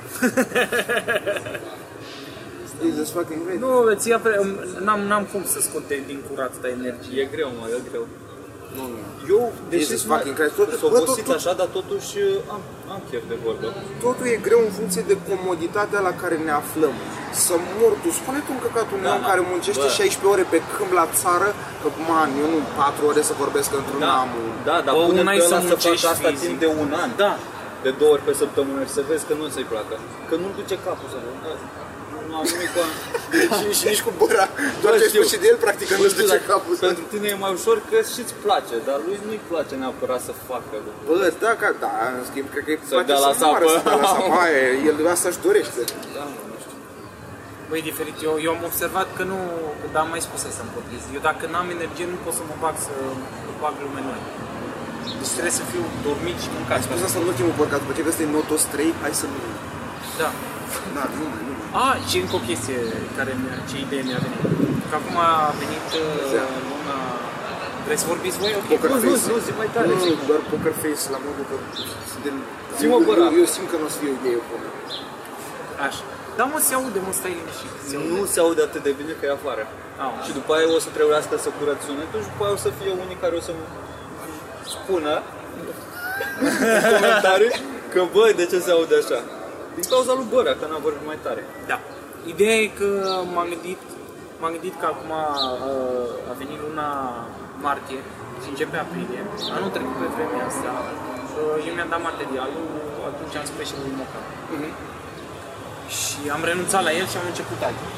Speaker 3: Jesus fucking great.
Speaker 4: Nu, îți ia pre... n-am, n-am cum să scoate din curat asta energie.
Speaker 2: E greu, mă, e greu.
Speaker 3: Nu, nu.
Speaker 2: Eu, deși
Speaker 3: Jesus fucking Christ, tot-
Speaker 2: sunt
Speaker 3: bă, tot-
Speaker 2: obosit
Speaker 3: tot- Da,
Speaker 2: așa, dar totuși uh, am, am chef de vorbă.
Speaker 3: Totul e greu în funcție de comoditatea la care ne aflăm. Să mor, tu spune tu un căcat un
Speaker 2: Da,
Speaker 3: om
Speaker 2: da.
Speaker 3: care muncește
Speaker 2: Bă.
Speaker 3: 16 ore pe câmp la țară, că man, eu nu 4 ore să vorbesc într-un
Speaker 2: Da,
Speaker 3: am.
Speaker 2: da, dar
Speaker 4: Bă,
Speaker 2: pune
Speaker 4: una e
Speaker 2: pe
Speaker 4: să
Speaker 2: ăla să
Speaker 4: muncești
Speaker 2: facă asta
Speaker 4: fizic.
Speaker 2: timp de un an.
Speaker 4: Da,
Speaker 2: de două ori pe săptămână și să vezi că nu ți-i placă. Că nu-mi duce capul să văd. Nu am nimic
Speaker 3: (laughs)
Speaker 2: cu
Speaker 3: și, și nici cu băra. Doar
Speaker 2: Da. Bă,
Speaker 3: ce
Speaker 2: știu.
Speaker 3: ai
Speaker 2: da.
Speaker 3: spus și de el, practic, că nu-ți duce capul. să-
Speaker 2: Pentru tine e mai ușor că și-ți place, dar lui nu-i place neapărat să facă lucruri.
Speaker 3: Bă, da, ca, da, în schimb, cred că îi
Speaker 2: Să
Speaker 3: place
Speaker 2: dea la
Speaker 3: să moară,
Speaker 2: sapă.
Speaker 3: să dea la sapă. Aia e, el asta-și dorește.
Speaker 2: Da, mă, nu știu.
Speaker 4: Băi, diferit. Eu, eu am observat că nu, dar am mai spus asta în podcast. Eu dacă n-am energie, nu pot să mă bag să mă bag lume noi. Deci trebuie să fiu dormit și mâncat.
Speaker 3: Ai spus asta în ultimul podcast, după ce vezi Notos 3, hai să nu...
Speaker 4: Da.
Speaker 3: Da, nu mai, nu mai.
Speaker 4: A, și încă o chestie care mi-a, ce idee mi-a venit. Că acum a venit uh, luna... Vreți să vorbiți voi? Ok.
Speaker 3: Da. Poker
Speaker 2: Nu, nu,
Speaker 3: face.
Speaker 2: nu, zi mai tare,
Speaker 3: Nu,
Speaker 2: zi.
Speaker 3: doar poker face, la modul că... De,
Speaker 2: Zi-mă, bă,
Speaker 3: eu,
Speaker 2: da.
Speaker 3: eu, simt că nu o să fie o idee bună.
Speaker 4: Așa. Da, mă, se aude, mă, stai liniștit. Se aude.
Speaker 2: Nu se aude atât de bine că e afară.
Speaker 4: Au.
Speaker 2: Și după aia o să trebuiască să curăț sunetul și după aia o să fie unii care o să spună în comentarii că bă, de ce se aude așa? Din cauza lui Bărea, că n-a vorbit mai tare.
Speaker 4: Da. Ideea e că m-am gândit, m-am gândit că acum uh, a venit luna martie și începe aprilie. Anul trecut pe vremea asta, uh, eu mi-am dat materialul, atunci am spus și lui Moca. Și am renunțat la el și am început altfel.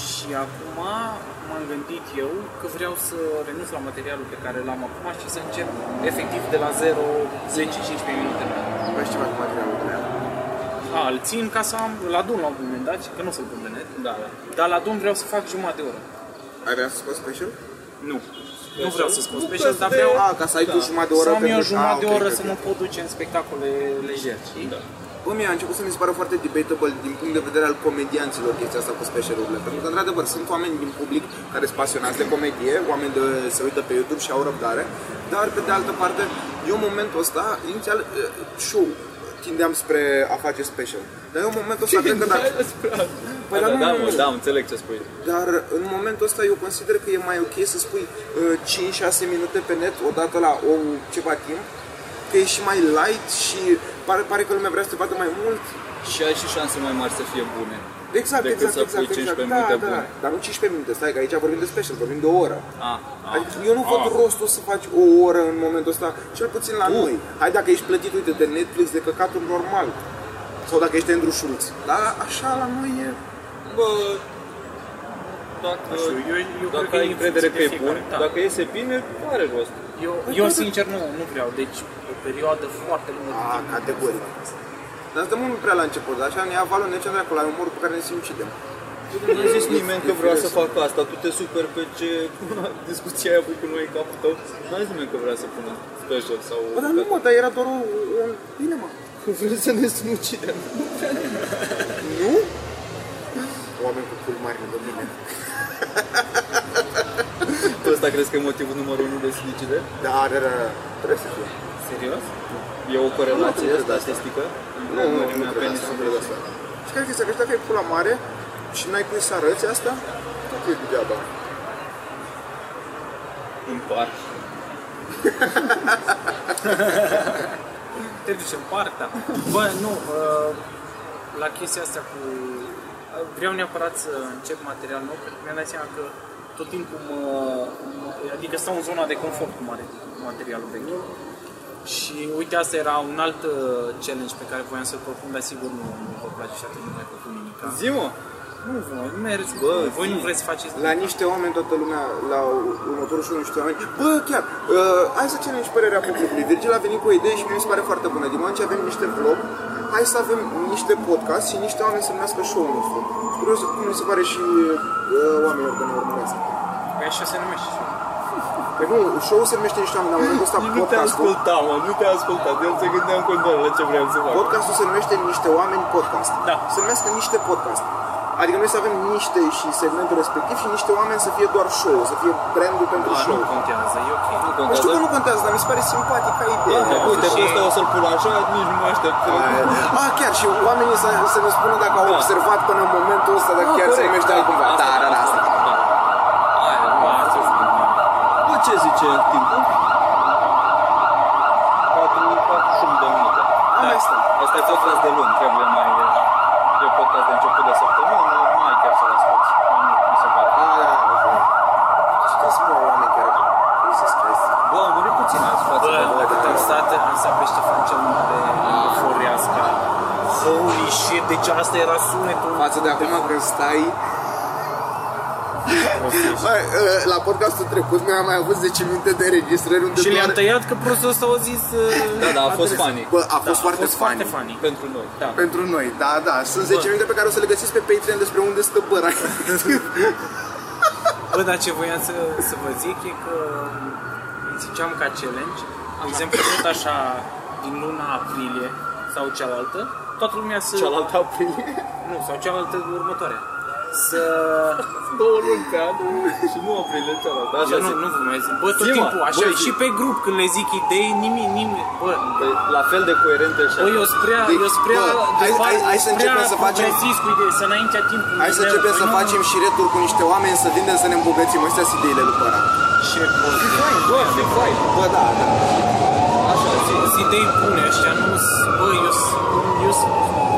Speaker 4: Și acum m-am gândit eu că vreau să renunț la materialul pe care l-am acum și să încep efectiv de la 0, 10-15 minute.
Speaker 3: Mai știi ceva cu materialul tău.
Speaker 4: A, îl țin ca să am, îl adun la un moment dat, și că nu o să-l pun pe net.
Speaker 2: Da, da.
Speaker 4: Dar la Doom vreau să fac jumătate de oră.
Speaker 3: Ai vrea să scoți special?
Speaker 4: Nu. Nu vreau să scot
Speaker 2: Nu
Speaker 4: special,
Speaker 2: că
Speaker 4: dar
Speaker 2: de-
Speaker 4: vreau
Speaker 3: A, ca să ai tu jumătate de oră.
Speaker 4: să am
Speaker 3: pentru-
Speaker 4: eu
Speaker 3: A,
Speaker 4: jumătate de
Speaker 3: ok,
Speaker 4: oră
Speaker 3: ok,
Speaker 4: să
Speaker 3: ok.
Speaker 4: mă pot duce în spectacole lejer, știi?
Speaker 2: Da.
Speaker 3: Bă, mie a început să mi se pară foarte debatable din punct de vedere al comedianților chestia asta cu specialurile. Pentru că, într-adevăr, sunt oameni din public care sunt pasionați de comedie, oameni de, se uită pe YouTube și au răbdare, dar, pe de altă parte, eu în momentul ăsta, inițial, eh, și eu tindeam spre a face special. Dar eu în momentul ăsta cred că dacă... Păi,
Speaker 2: da,
Speaker 3: dar
Speaker 2: da,
Speaker 3: nu,
Speaker 2: da,
Speaker 3: nu,
Speaker 2: mă,
Speaker 3: nu.
Speaker 2: da, înțeleg ce spui.
Speaker 3: Dar în momentul ăsta eu consider că e mai ok să spui uh, 5-6 minute pe net odată la o ceva timp, că e și mai light și pare, pare că lumea vrea să te vadă mai mult.
Speaker 2: Și ai și șanse mai mari să fie bune.
Speaker 3: Exact,
Speaker 2: Decât
Speaker 3: exact,
Speaker 2: să
Speaker 3: exact,
Speaker 2: pui
Speaker 3: exact.
Speaker 2: 15
Speaker 3: da,
Speaker 2: minute
Speaker 3: da,
Speaker 2: bune.
Speaker 3: Dar nu 15 minute, stai că aici vorbim de special, vorbim de o oră.
Speaker 2: A, a.
Speaker 3: Adică eu nu
Speaker 2: ah.
Speaker 3: văd rostul să faci o oră în momentul ăsta, cel puțin la noi. Hai dacă ești plătit, uite, de Netflix, de căcatul normal. Sau dacă ești Andrew Schulz. Dar așa la noi e...
Speaker 2: Bă, dacă,
Speaker 4: Nu știu, eu- eu cred că
Speaker 2: dacă
Speaker 4: e
Speaker 2: ai
Speaker 4: în
Speaker 2: încredere că
Speaker 4: funcție de
Speaker 2: e bun,
Speaker 4: fiecare, da.
Speaker 2: dacă iese bine, are rost.
Speaker 4: Eu, eu sincer nu, nu vreau, deci o perioadă foarte lungă de
Speaker 3: A,
Speaker 4: timp.
Speaker 3: Ah, categoric. Dar suntem mult prea la început, așa ne ia valul, ne cea de acolo, la umorul pe care ne sinucidem.
Speaker 2: Nu a zis nimeni că
Speaker 3: E
Speaker 2: vrea să
Speaker 3: firesc.
Speaker 2: facă asta, tu te super pe ce (laughs) discuția aia cu noi în capul tău. Nu a zis nimeni că vrea să pună special sau...
Speaker 3: Bă, dar nu mă, dar era doar o... o... Bine, mă.
Speaker 2: Că vrem să ne sinucidem.
Speaker 3: Nu? Oameni cu pulmari lângă mine.
Speaker 2: Tu ăsta crezi că e motivul numărul unu de sinucide?
Speaker 3: Da, da, da, da. Trebuie să fie.
Speaker 2: Serios? E o corelație
Speaker 3: Nu, nu cred
Speaker 2: statistică?
Speaker 3: Nu, nu, nu cred asta, nu cred asta. Și care chestia, că și dacă ai pula mare, și n-ai cum să arăți asta, tot e degeaba.
Speaker 2: în parc.
Speaker 4: Te duci în partea. Bă, nu, uh, la chestia asta cu... uh, Vreau neapărat să încep material nou, pentru că mi-am dat seama că tot timpul mă... Adică stau în zona de confort cu mare- cu materialul vechi. Și uite, asta era un alt uh, challenge pe care voiam să-l propun, dar sigur nu, nu vă place și atunci nu mai propun nimic.
Speaker 2: Zi, mă!
Speaker 4: Nu, voi, mergeți,
Speaker 2: Bă,
Speaker 4: voi
Speaker 2: zi.
Speaker 4: nu vreți să faceți
Speaker 3: La niște oameni, toată lumea, la următorul și nu știu oameni, bă, chiar, uh, hai să cerem și părerea publicului. Virgil a venit cu o idee și mie mi se pare foarte bună. Din moment ce avem niște vlog, hai să avem niște podcast și niște oameni să numească show-ul nostru. Sunt Curios cum mi se pare și uh, oamenilor de ne urmăresc.
Speaker 4: Păi așa se numește și
Speaker 3: Păi nu, show-ul se numește niște oameni, dar am ăsta
Speaker 2: Nu te
Speaker 3: podcastul.
Speaker 2: ascultam, mă, nu te ascultam. Eu se gândeam continuare la ce vreau să fac.
Speaker 3: Podcastul se numește Niște Oameni Podcast.
Speaker 4: Da.
Speaker 3: Se numește Niște Podcast. Adică noi să avem niște și segmentul respectiv și niște oameni să fie doar show, să fie brandul pentru
Speaker 4: Bă,
Speaker 3: show.
Speaker 4: nu contează, e ok.
Speaker 2: Nu
Speaker 3: Dar știu
Speaker 2: contează.
Speaker 3: că nu contează, dar mi se pare simpatic ca idee.
Speaker 2: Da, Uite,
Speaker 3: Și-
Speaker 2: pe ăsta o să-l pun așa, nici nu mă aștept.
Speaker 3: Ah, chiar și oamenii să, să ne spună dacă au
Speaker 2: Da.
Speaker 3: observat până în momentul ăsta, dacă
Speaker 2: Ah,
Speaker 3: chiar se
Speaker 2: corect,
Speaker 3: numește altcumva. Da, da, da, asta.
Speaker 2: Da. Aia, nu, asta e bine. Bă, ce zice timpul? 48 de minute.
Speaker 3: Am mai stăm.
Speaker 2: Asta e podcast de luni, trebuie mai... E podcast de început de săptămână, nu ai chiar să-l asculti. Nu, mi se pare.
Speaker 3: Ah, da, da, da. Și că sunt mai oameni chiar. Jesus Christ.
Speaker 2: Bă, am murit puțin azi Da, față de
Speaker 4: Bă, cât am stat, am stat pe Ștefan cel Mare lângă Floreasca. Holy shit, deci asta era sunetul.
Speaker 3: Față de acum când stai... Bă, uh, la podcastul trecut mi-am mai avut 10 minute de înregistrări unde
Speaker 4: Și
Speaker 3: doar-
Speaker 4: le-am tăiat că prostul ăsta au zis... uh,
Speaker 2: Da, da, a fost
Speaker 4: adresa.
Speaker 2: funny.
Speaker 3: Bă, a fost
Speaker 4: Da,
Speaker 3: foarte
Speaker 4: a fost foarte
Speaker 3: funny.
Speaker 4: funny.
Speaker 2: Pentru noi.
Speaker 4: Da.
Speaker 3: Pentru noi, da, da. Sunt 10 minute pe care o să le găsiți pe Patreon despre unde stă (laughs) băra.
Speaker 4: Bă, dar ce voiam să, să vă zic e că îmi ziceam ca challenge, de exemplu, tot așa, din luna aprilie sau cealaltă, toată lumea să...
Speaker 2: Cealaltă aprilie.
Speaker 4: Nu, sau cealaltă următoare. Să...
Speaker 2: (laughs) Două luni pe an și nu aprilie cealaltă. Așa
Speaker 4: Eu nu,
Speaker 2: zic.
Speaker 4: nu vă mai zic. Bă, tot
Speaker 2: Zi, mă,
Speaker 4: timpul, așa,
Speaker 2: bă, zi.
Speaker 4: și pe grup, când le zic idei, nimic, nimic, bă,
Speaker 2: Păi, La fel de coerentă și
Speaker 4: Bă, Păi, eu spre,
Speaker 3: Deci,
Speaker 4: eu spre,
Speaker 3: bă, hai- hai- hai să începem să facem-
Speaker 4: cu idei, să înaintea timpului.
Speaker 3: Hai să
Speaker 4: meu.
Speaker 3: începem
Speaker 4: Păi
Speaker 3: să
Speaker 4: nu,
Speaker 3: facem și returi cu niște oameni, să vindem, să ne îmbogățim. Astea sunt ideile lui Băra.
Speaker 4: Ce prost.
Speaker 2: Bă, de fain.
Speaker 3: Bă, da, da.
Speaker 2: Așa, zi.
Speaker 4: Sunt idei bune, ăștia nu s- bă, eu s- eu s-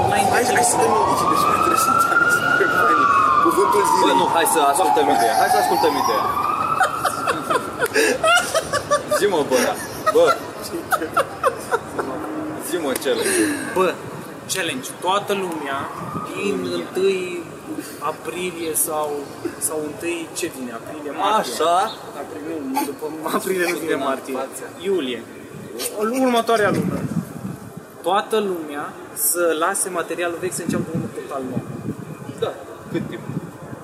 Speaker 4: înainte
Speaker 3: Hai,
Speaker 4: timp.
Speaker 3: hai să dăm indicii, deci mai trebuie să dăm despre bani. (laughs) Cuvântul
Speaker 2: Bă,
Speaker 3: zilei.
Speaker 2: nu, hai să ascultăm ideea. Hai să ascultăm ideea. Zi mă, bă, da. bă. Zi mă, challenge
Speaker 4: Bă, challenge, toată lumea din
Speaker 3: Mm.
Speaker 4: 1 aprilie sau sau 1 ce vine aprilie martie.
Speaker 2: Așa.
Speaker 4: Aprilie, nu,
Speaker 3: (laughs)
Speaker 4: după aprilie nu vine martie. Iulie. Următoarea lună. Toată lumea să lase materialul vechi să înceapă unul total nou.
Speaker 2: Da. Cât timp?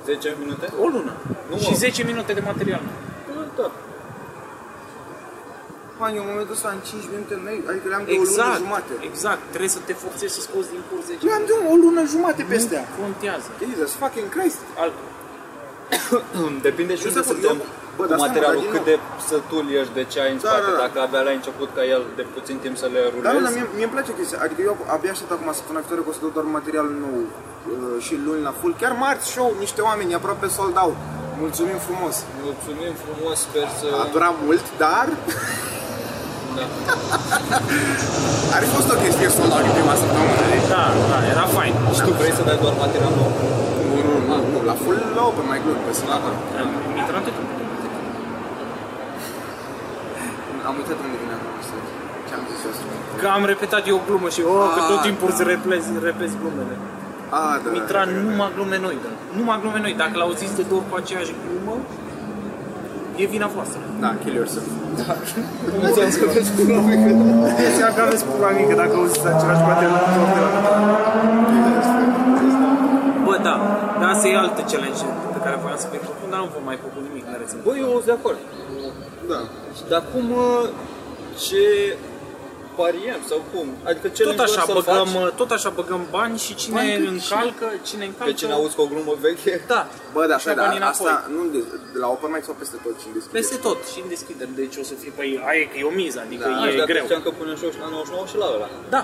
Speaker 2: 10 minute?
Speaker 4: O lună.
Speaker 2: Nu,
Speaker 4: și
Speaker 2: mă.
Speaker 4: 10 minute de material.
Speaker 2: Da.
Speaker 3: Bani, eu în momentul ăsta în 5 minute, noi, adică le-am de o lună
Speaker 4: Exact.
Speaker 3: jumate.
Speaker 4: Exact. Trebuie să te forțezi să scoți din curs 10
Speaker 3: Le-am de o lună jumate pe astea.
Speaker 4: Nu contează.
Speaker 3: Jesus fucking Christ.
Speaker 4: Al,
Speaker 2: Depinde și
Speaker 3: Eu
Speaker 2: unde
Speaker 3: să-
Speaker 2: suntem
Speaker 3: eu- bă,
Speaker 2: cu
Speaker 3: dar stai, mă,
Speaker 2: materialul,
Speaker 3: dar din
Speaker 2: cât de sătul ești de ce ai în
Speaker 3: Da,
Speaker 2: spate.
Speaker 3: da, da.
Speaker 2: Dacă abia l-ai început ca el de puțin timp să le
Speaker 3: Dar nu, dar
Speaker 2: rulezi.
Speaker 3: mie, mie îmi place chestia. Adică eu abia aștept acum săptămâna viitoare că o să dau doar material nou uh, și luni la full. Chiar marți show, niște oameni, aproape sold out. Mulțumim frumos.
Speaker 2: Mulțumim frumos, sper să...
Speaker 3: A durat mult, dar
Speaker 2: Da.
Speaker 3: ar fi fost o chestie sold out din prima săptămână. deci.
Speaker 4: da, da, era fain.
Speaker 2: Și tu vrei să dai doar material nou?
Speaker 3: Nu, nu, nu, nu, Da, la full la open mai glume, pe săptămână.
Speaker 4: Am intrat tot timpul.
Speaker 3: da. Am uitat unde vine acum să ce am zis eu asta.
Speaker 4: Că am repetat eu o glumă și oh, că
Speaker 3: Ah,
Speaker 4: tot timpul
Speaker 3: da.
Speaker 4: îți repezi, repezi glumele.
Speaker 3: A, da.
Speaker 4: Mitra numai glume noi, da. Numai glume noi. Dacă l-auziți de două ori cu aceeași glumă, e vina voastră.
Speaker 3: Da, kill yourself. (laughs)
Speaker 5: Deci că aveți pula mică dacă auziți același material nu de la
Speaker 4: Bă, da, dar asta e altă challenge pe care voiam să vi propun, dar nu vă mai propun nimic, mereți
Speaker 2: Bă, eu sunt de acord.
Speaker 3: Da.
Speaker 2: Dar cum, uh, ce pariem sau cum? Adică ce
Speaker 4: tot așa,
Speaker 2: să
Speaker 4: băgăm,
Speaker 2: faci
Speaker 4: tot așa băgăm bani și cine
Speaker 3: Bani cât și-
Speaker 4: încalcă, cine încalcă...
Speaker 2: pe cine auzi cu o glumă veche?
Speaker 4: Da.
Speaker 3: Bă, da, așa,
Speaker 4: Dă
Speaker 3: dar
Speaker 4: banii înapoi.
Speaker 3: asta nu de, de la open mic sau peste tot Da, și în deschidere?
Speaker 4: Peste tot și în deschidere, deci o să fie, păi, aia e că e o miză, adică e
Speaker 2: Aș, Da, dacă
Speaker 4: greu.
Speaker 2: știam că punem show și la 99 și la ăla.
Speaker 4: Da,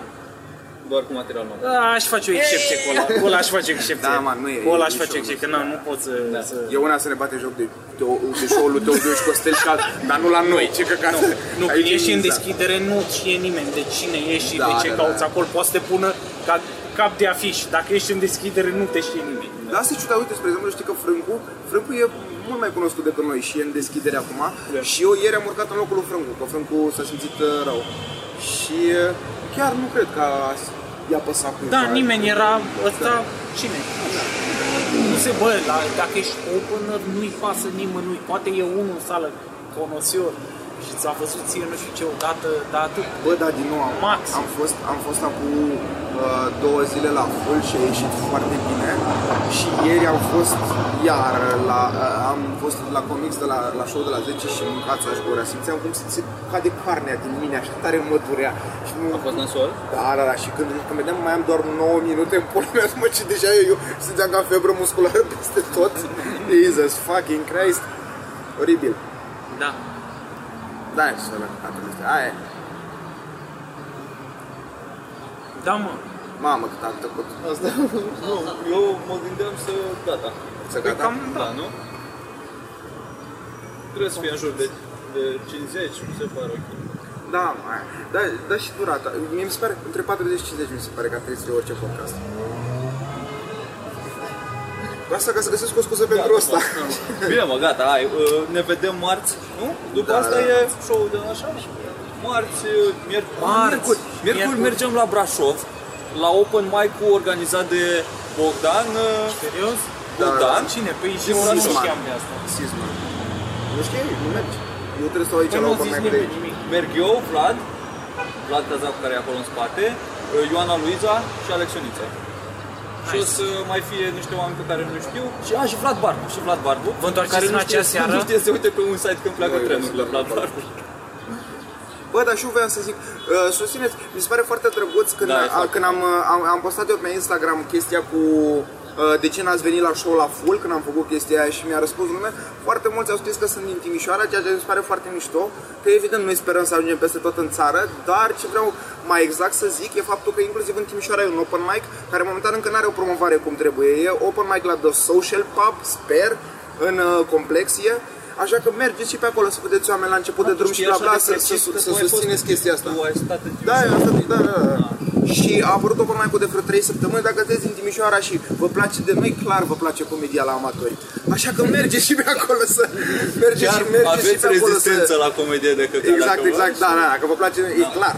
Speaker 2: doar cu material nou.
Speaker 4: Da, aș face o excepție cu ăla. Cu ăla aș face o excepție.
Speaker 3: Da, man, nu e-
Speaker 4: Cu ăla
Speaker 3: e
Speaker 4: aș
Speaker 3: și
Speaker 4: face
Speaker 3: un-
Speaker 4: excepție, că nu, nu pot să... să-
Speaker 3: E una să ne bate joc de, de, de show-ul tău, de și Costel și alt, dar nu la noi, ce căcat.
Speaker 4: Nu, nu când
Speaker 3: Aici e
Speaker 4: ești în
Speaker 3: minunat.
Speaker 4: deschidere, nu știe nimeni de cine ești și
Speaker 3: Da,
Speaker 4: de ce
Speaker 3: da, da.
Speaker 4: cauți acolo. Poate să te pună ca cap de afiș. Dacă ești în deschidere, nu te știe nimeni.
Speaker 3: Dar asta e ciudat, uite, spre exemplu, știi că Frâncu, Frâncu e mult mai cunoscut decât noi și e în deschidere acum și eu ieri am urcat în locul lui Frâncu, că Frâncu s-a simțit uh, rău și uh, chiar nu cred că a, i-a păsat cu
Speaker 4: Da, nimeni era ăsta, cine? Nu se bă, la, dacă ești opener, nu-i pasă nimănui. Poate e unul în sală, conosior, și ți-a văzut ție nu știu ce odată, dar atât.
Speaker 3: Bă, dar din nou, am,
Speaker 4: Max.
Speaker 3: am fost, am fost acum uh, două zile la full și a ieșit foarte bine și ieri am fost iar la, uh, am fost la comics de la, la show de la 10 și mâncața și gura, simțeam cum se, se cade carnea din mine, așa tare mă durea și nu,
Speaker 2: A fost nasol?
Speaker 3: Da, da, da, și când, când vedeam mai am doar 9 minute în pula mea, mă, ce deja eu, eu simțeam ca febră musculară peste tot. Jesus fucking Christ. Oribil.
Speaker 4: Da.
Speaker 3: Da, e să le este. Aia e.
Speaker 4: Da, mă.
Speaker 3: Mamă, cât am tăcut.
Speaker 2: Asta, (laughs) nu, eu mă gândeam să, gata.
Speaker 3: Să gata?
Speaker 2: da, nu? Trebuie să fie în jur de, de 50, mi se pare ok.
Speaker 3: Da, mă, aia. Da, da și durata. Mie mi se pare, între 40 și 50 mi se pare că ar trebui să fie orice podcast. Cu Asta ca să găsesc o scuză pentru
Speaker 4: Da,
Speaker 2: Gata,
Speaker 3: asta.
Speaker 2: mă. Da, Bine mă, gata, hai, uh, ne vedem marți, nu? După
Speaker 3: Da,
Speaker 2: asta
Speaker 3: da.
Speaker 2: e show de așa? Marți, uh, miercuri,
Speaker 4: Marți,
Speaker 2: miercuri, miercuri
Speaker 4: miercuri.
Speaker 2: mergem la Brașov, la open mic organizat de Bogdan, uh,
Speaker 4: Serios?
Speaker 3: Da,
Speaker 2: Bogdan,
Speaker 4: Cine? Păi și
Speaker 2: Sisman.
Speaker 4: nu știam de asta.
Speaker 3: Sisma. Nu știu, nu mergi. Eu trebuie să stau aici
Speaker 4: Păi
Speaker 3: la
Speaker 4: nu
Speaker 3: open
Speaker 4: zici
Speaker 3: mic de
Speaker 4: nimeni
Speaker 3: aici.
Speaker 4: nimic.
Speaker 2: merg eu, Vlad, Vlad Cazacu care e acolo în spate, uh, Ioana Luiza și Alexionița. Și o
Speaker 4: Nice.
Speaker 2: să mai fie niște oameni pe care nu știu Și, a, și Vlad Barbu, și Vlad Barbu
Speaker 4: Vă întoarceți
Speaker 2: care
Speaker 4: în
Speaker 2: nu știe-
Speaker 4: acea seară?
Speaker 2: Nu știe să uite pe un site când pleacă
Speaker 3: Nu, eu
Speaker 2: trenul
Speaker 3: sunt
Speaker 2: la
Speaker 3: la
Speaker 2: Vlad
Speaker 3: Vlad
Speaker 2: Barbu
Speaker 3: Bă, dar și eu voiam să zic, uh, susțineți, mi se pare foarte drăguț când,
Speaker 2: Da, e
Speaker 3: a,
Speaker 2: foarte.
Speaker 3: când am, uh, am, am postat eu pe Instagram chestia cu uh, de ce n-ați venit la show la full când am făcut chestia aia și mi-a răspuns lumea, foarte mulți au scris că sunt din Timișoara, ceea ce mi se pare foarte mișto, că evident noi sperăm să ajungem peste tot în țară, dar ce vreau mai exact să zic e faptul că inclusiv în Timișoara e un open mic care momentan încă nu are o promovare cum trebuie, e open mic la The Social Pub, sper, în uh, complexie, Așa că mergeți și pe acolo să vedeți oameni la început de drum și la bla, să, să, să, să susțineți chestia asta.
Speaker 2: Tu ai stat în
Speaker 3: Da,
Speaker 2: Timișoara.
Speaker 3: eu asta, da, da, da. Și a apărut open mic-ul de vreo 3 săptămâni, dacă sunteți din Timișoara și vă place de noi, clar vă place comedia la amatori. Așa că mergeți și pe acolo să... Mergeți
Speaker 2: Chiar
Speaker 3: și Deci mergeți și
Speaker 2: aveți
Speaker 3: pe acolo
Speaker 2: rezistență
Speaker 3: să...
Speaker 2: la comedie de căcat
Speaker 3: Exact, exact, da, da, că vă place, e clar.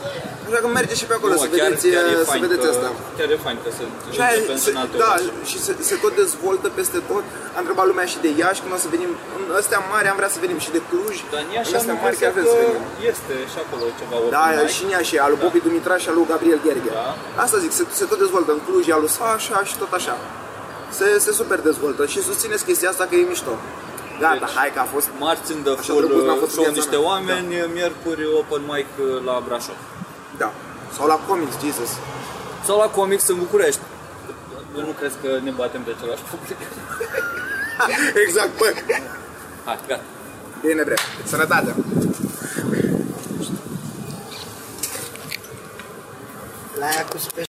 Speaker 3: Așa că mergeți și pe acolo să vedeți, să vedeți asta.
Speaker 2: Chiar e fain că se
Speaker 3: Și aia
Speaker 2: începem
Speaker 3: se,
Speaker 2: în altă
Speaker 3: da,
Speaker 2: oraș.
Speaker 3: și se, se tot dezvoltă peste tot. Am întrebat lumea și de Iași, când o să venim, în astea mari am vrea să venim și de Cluj.
Speaker 2: Dar în Iași
Speaker 3: în astea
Speaker 2: am
Speaker 3: mari chiar
Speaker 2: impresia
Speaker 3: vrem
Speaker 2: că
Speaker 3: să venim.
Speaker 2: este și acolo ceva open
Speaker 3: Da,
Speaker 2: mic.
Speaker 3: și în ea și al lui Bobby Dumitra și al lui Gabriel Gherghe.
Speaker 2: Da.
Speaker 3: Asta zic, se, se tot dezvoltă în Cluj, e al lui Sasha și tot așa. Se, se super dezvoltă și susțineți chestia asta că e mișto. Gata,
Speaker 2: Deci-
Speaker 3: hai că a fost...
Speaker 2: Marți în The
Speaker 3: Așa
Speaker 2: Full
Speaker 3: drăguț n-a fost
Speaker 2: show
Speaker 3: viața
Speaker 2: niște
Speaker 3: mea.
Speaker 2: oameni, miercuri open mic uh, la Brașov.
Speaker 3: Da. Sau la comics, Jesus. (laughs)
Speaker 2: Sau la Comics în București. Eu nu cred că ne batem pe același public. (laughs)
Speaker 3: exact, bă.
Speaker 2: Hai, gata.
Speaker 3: Bine, bre. Sănătate.
Speaker 6: La aia cu spe-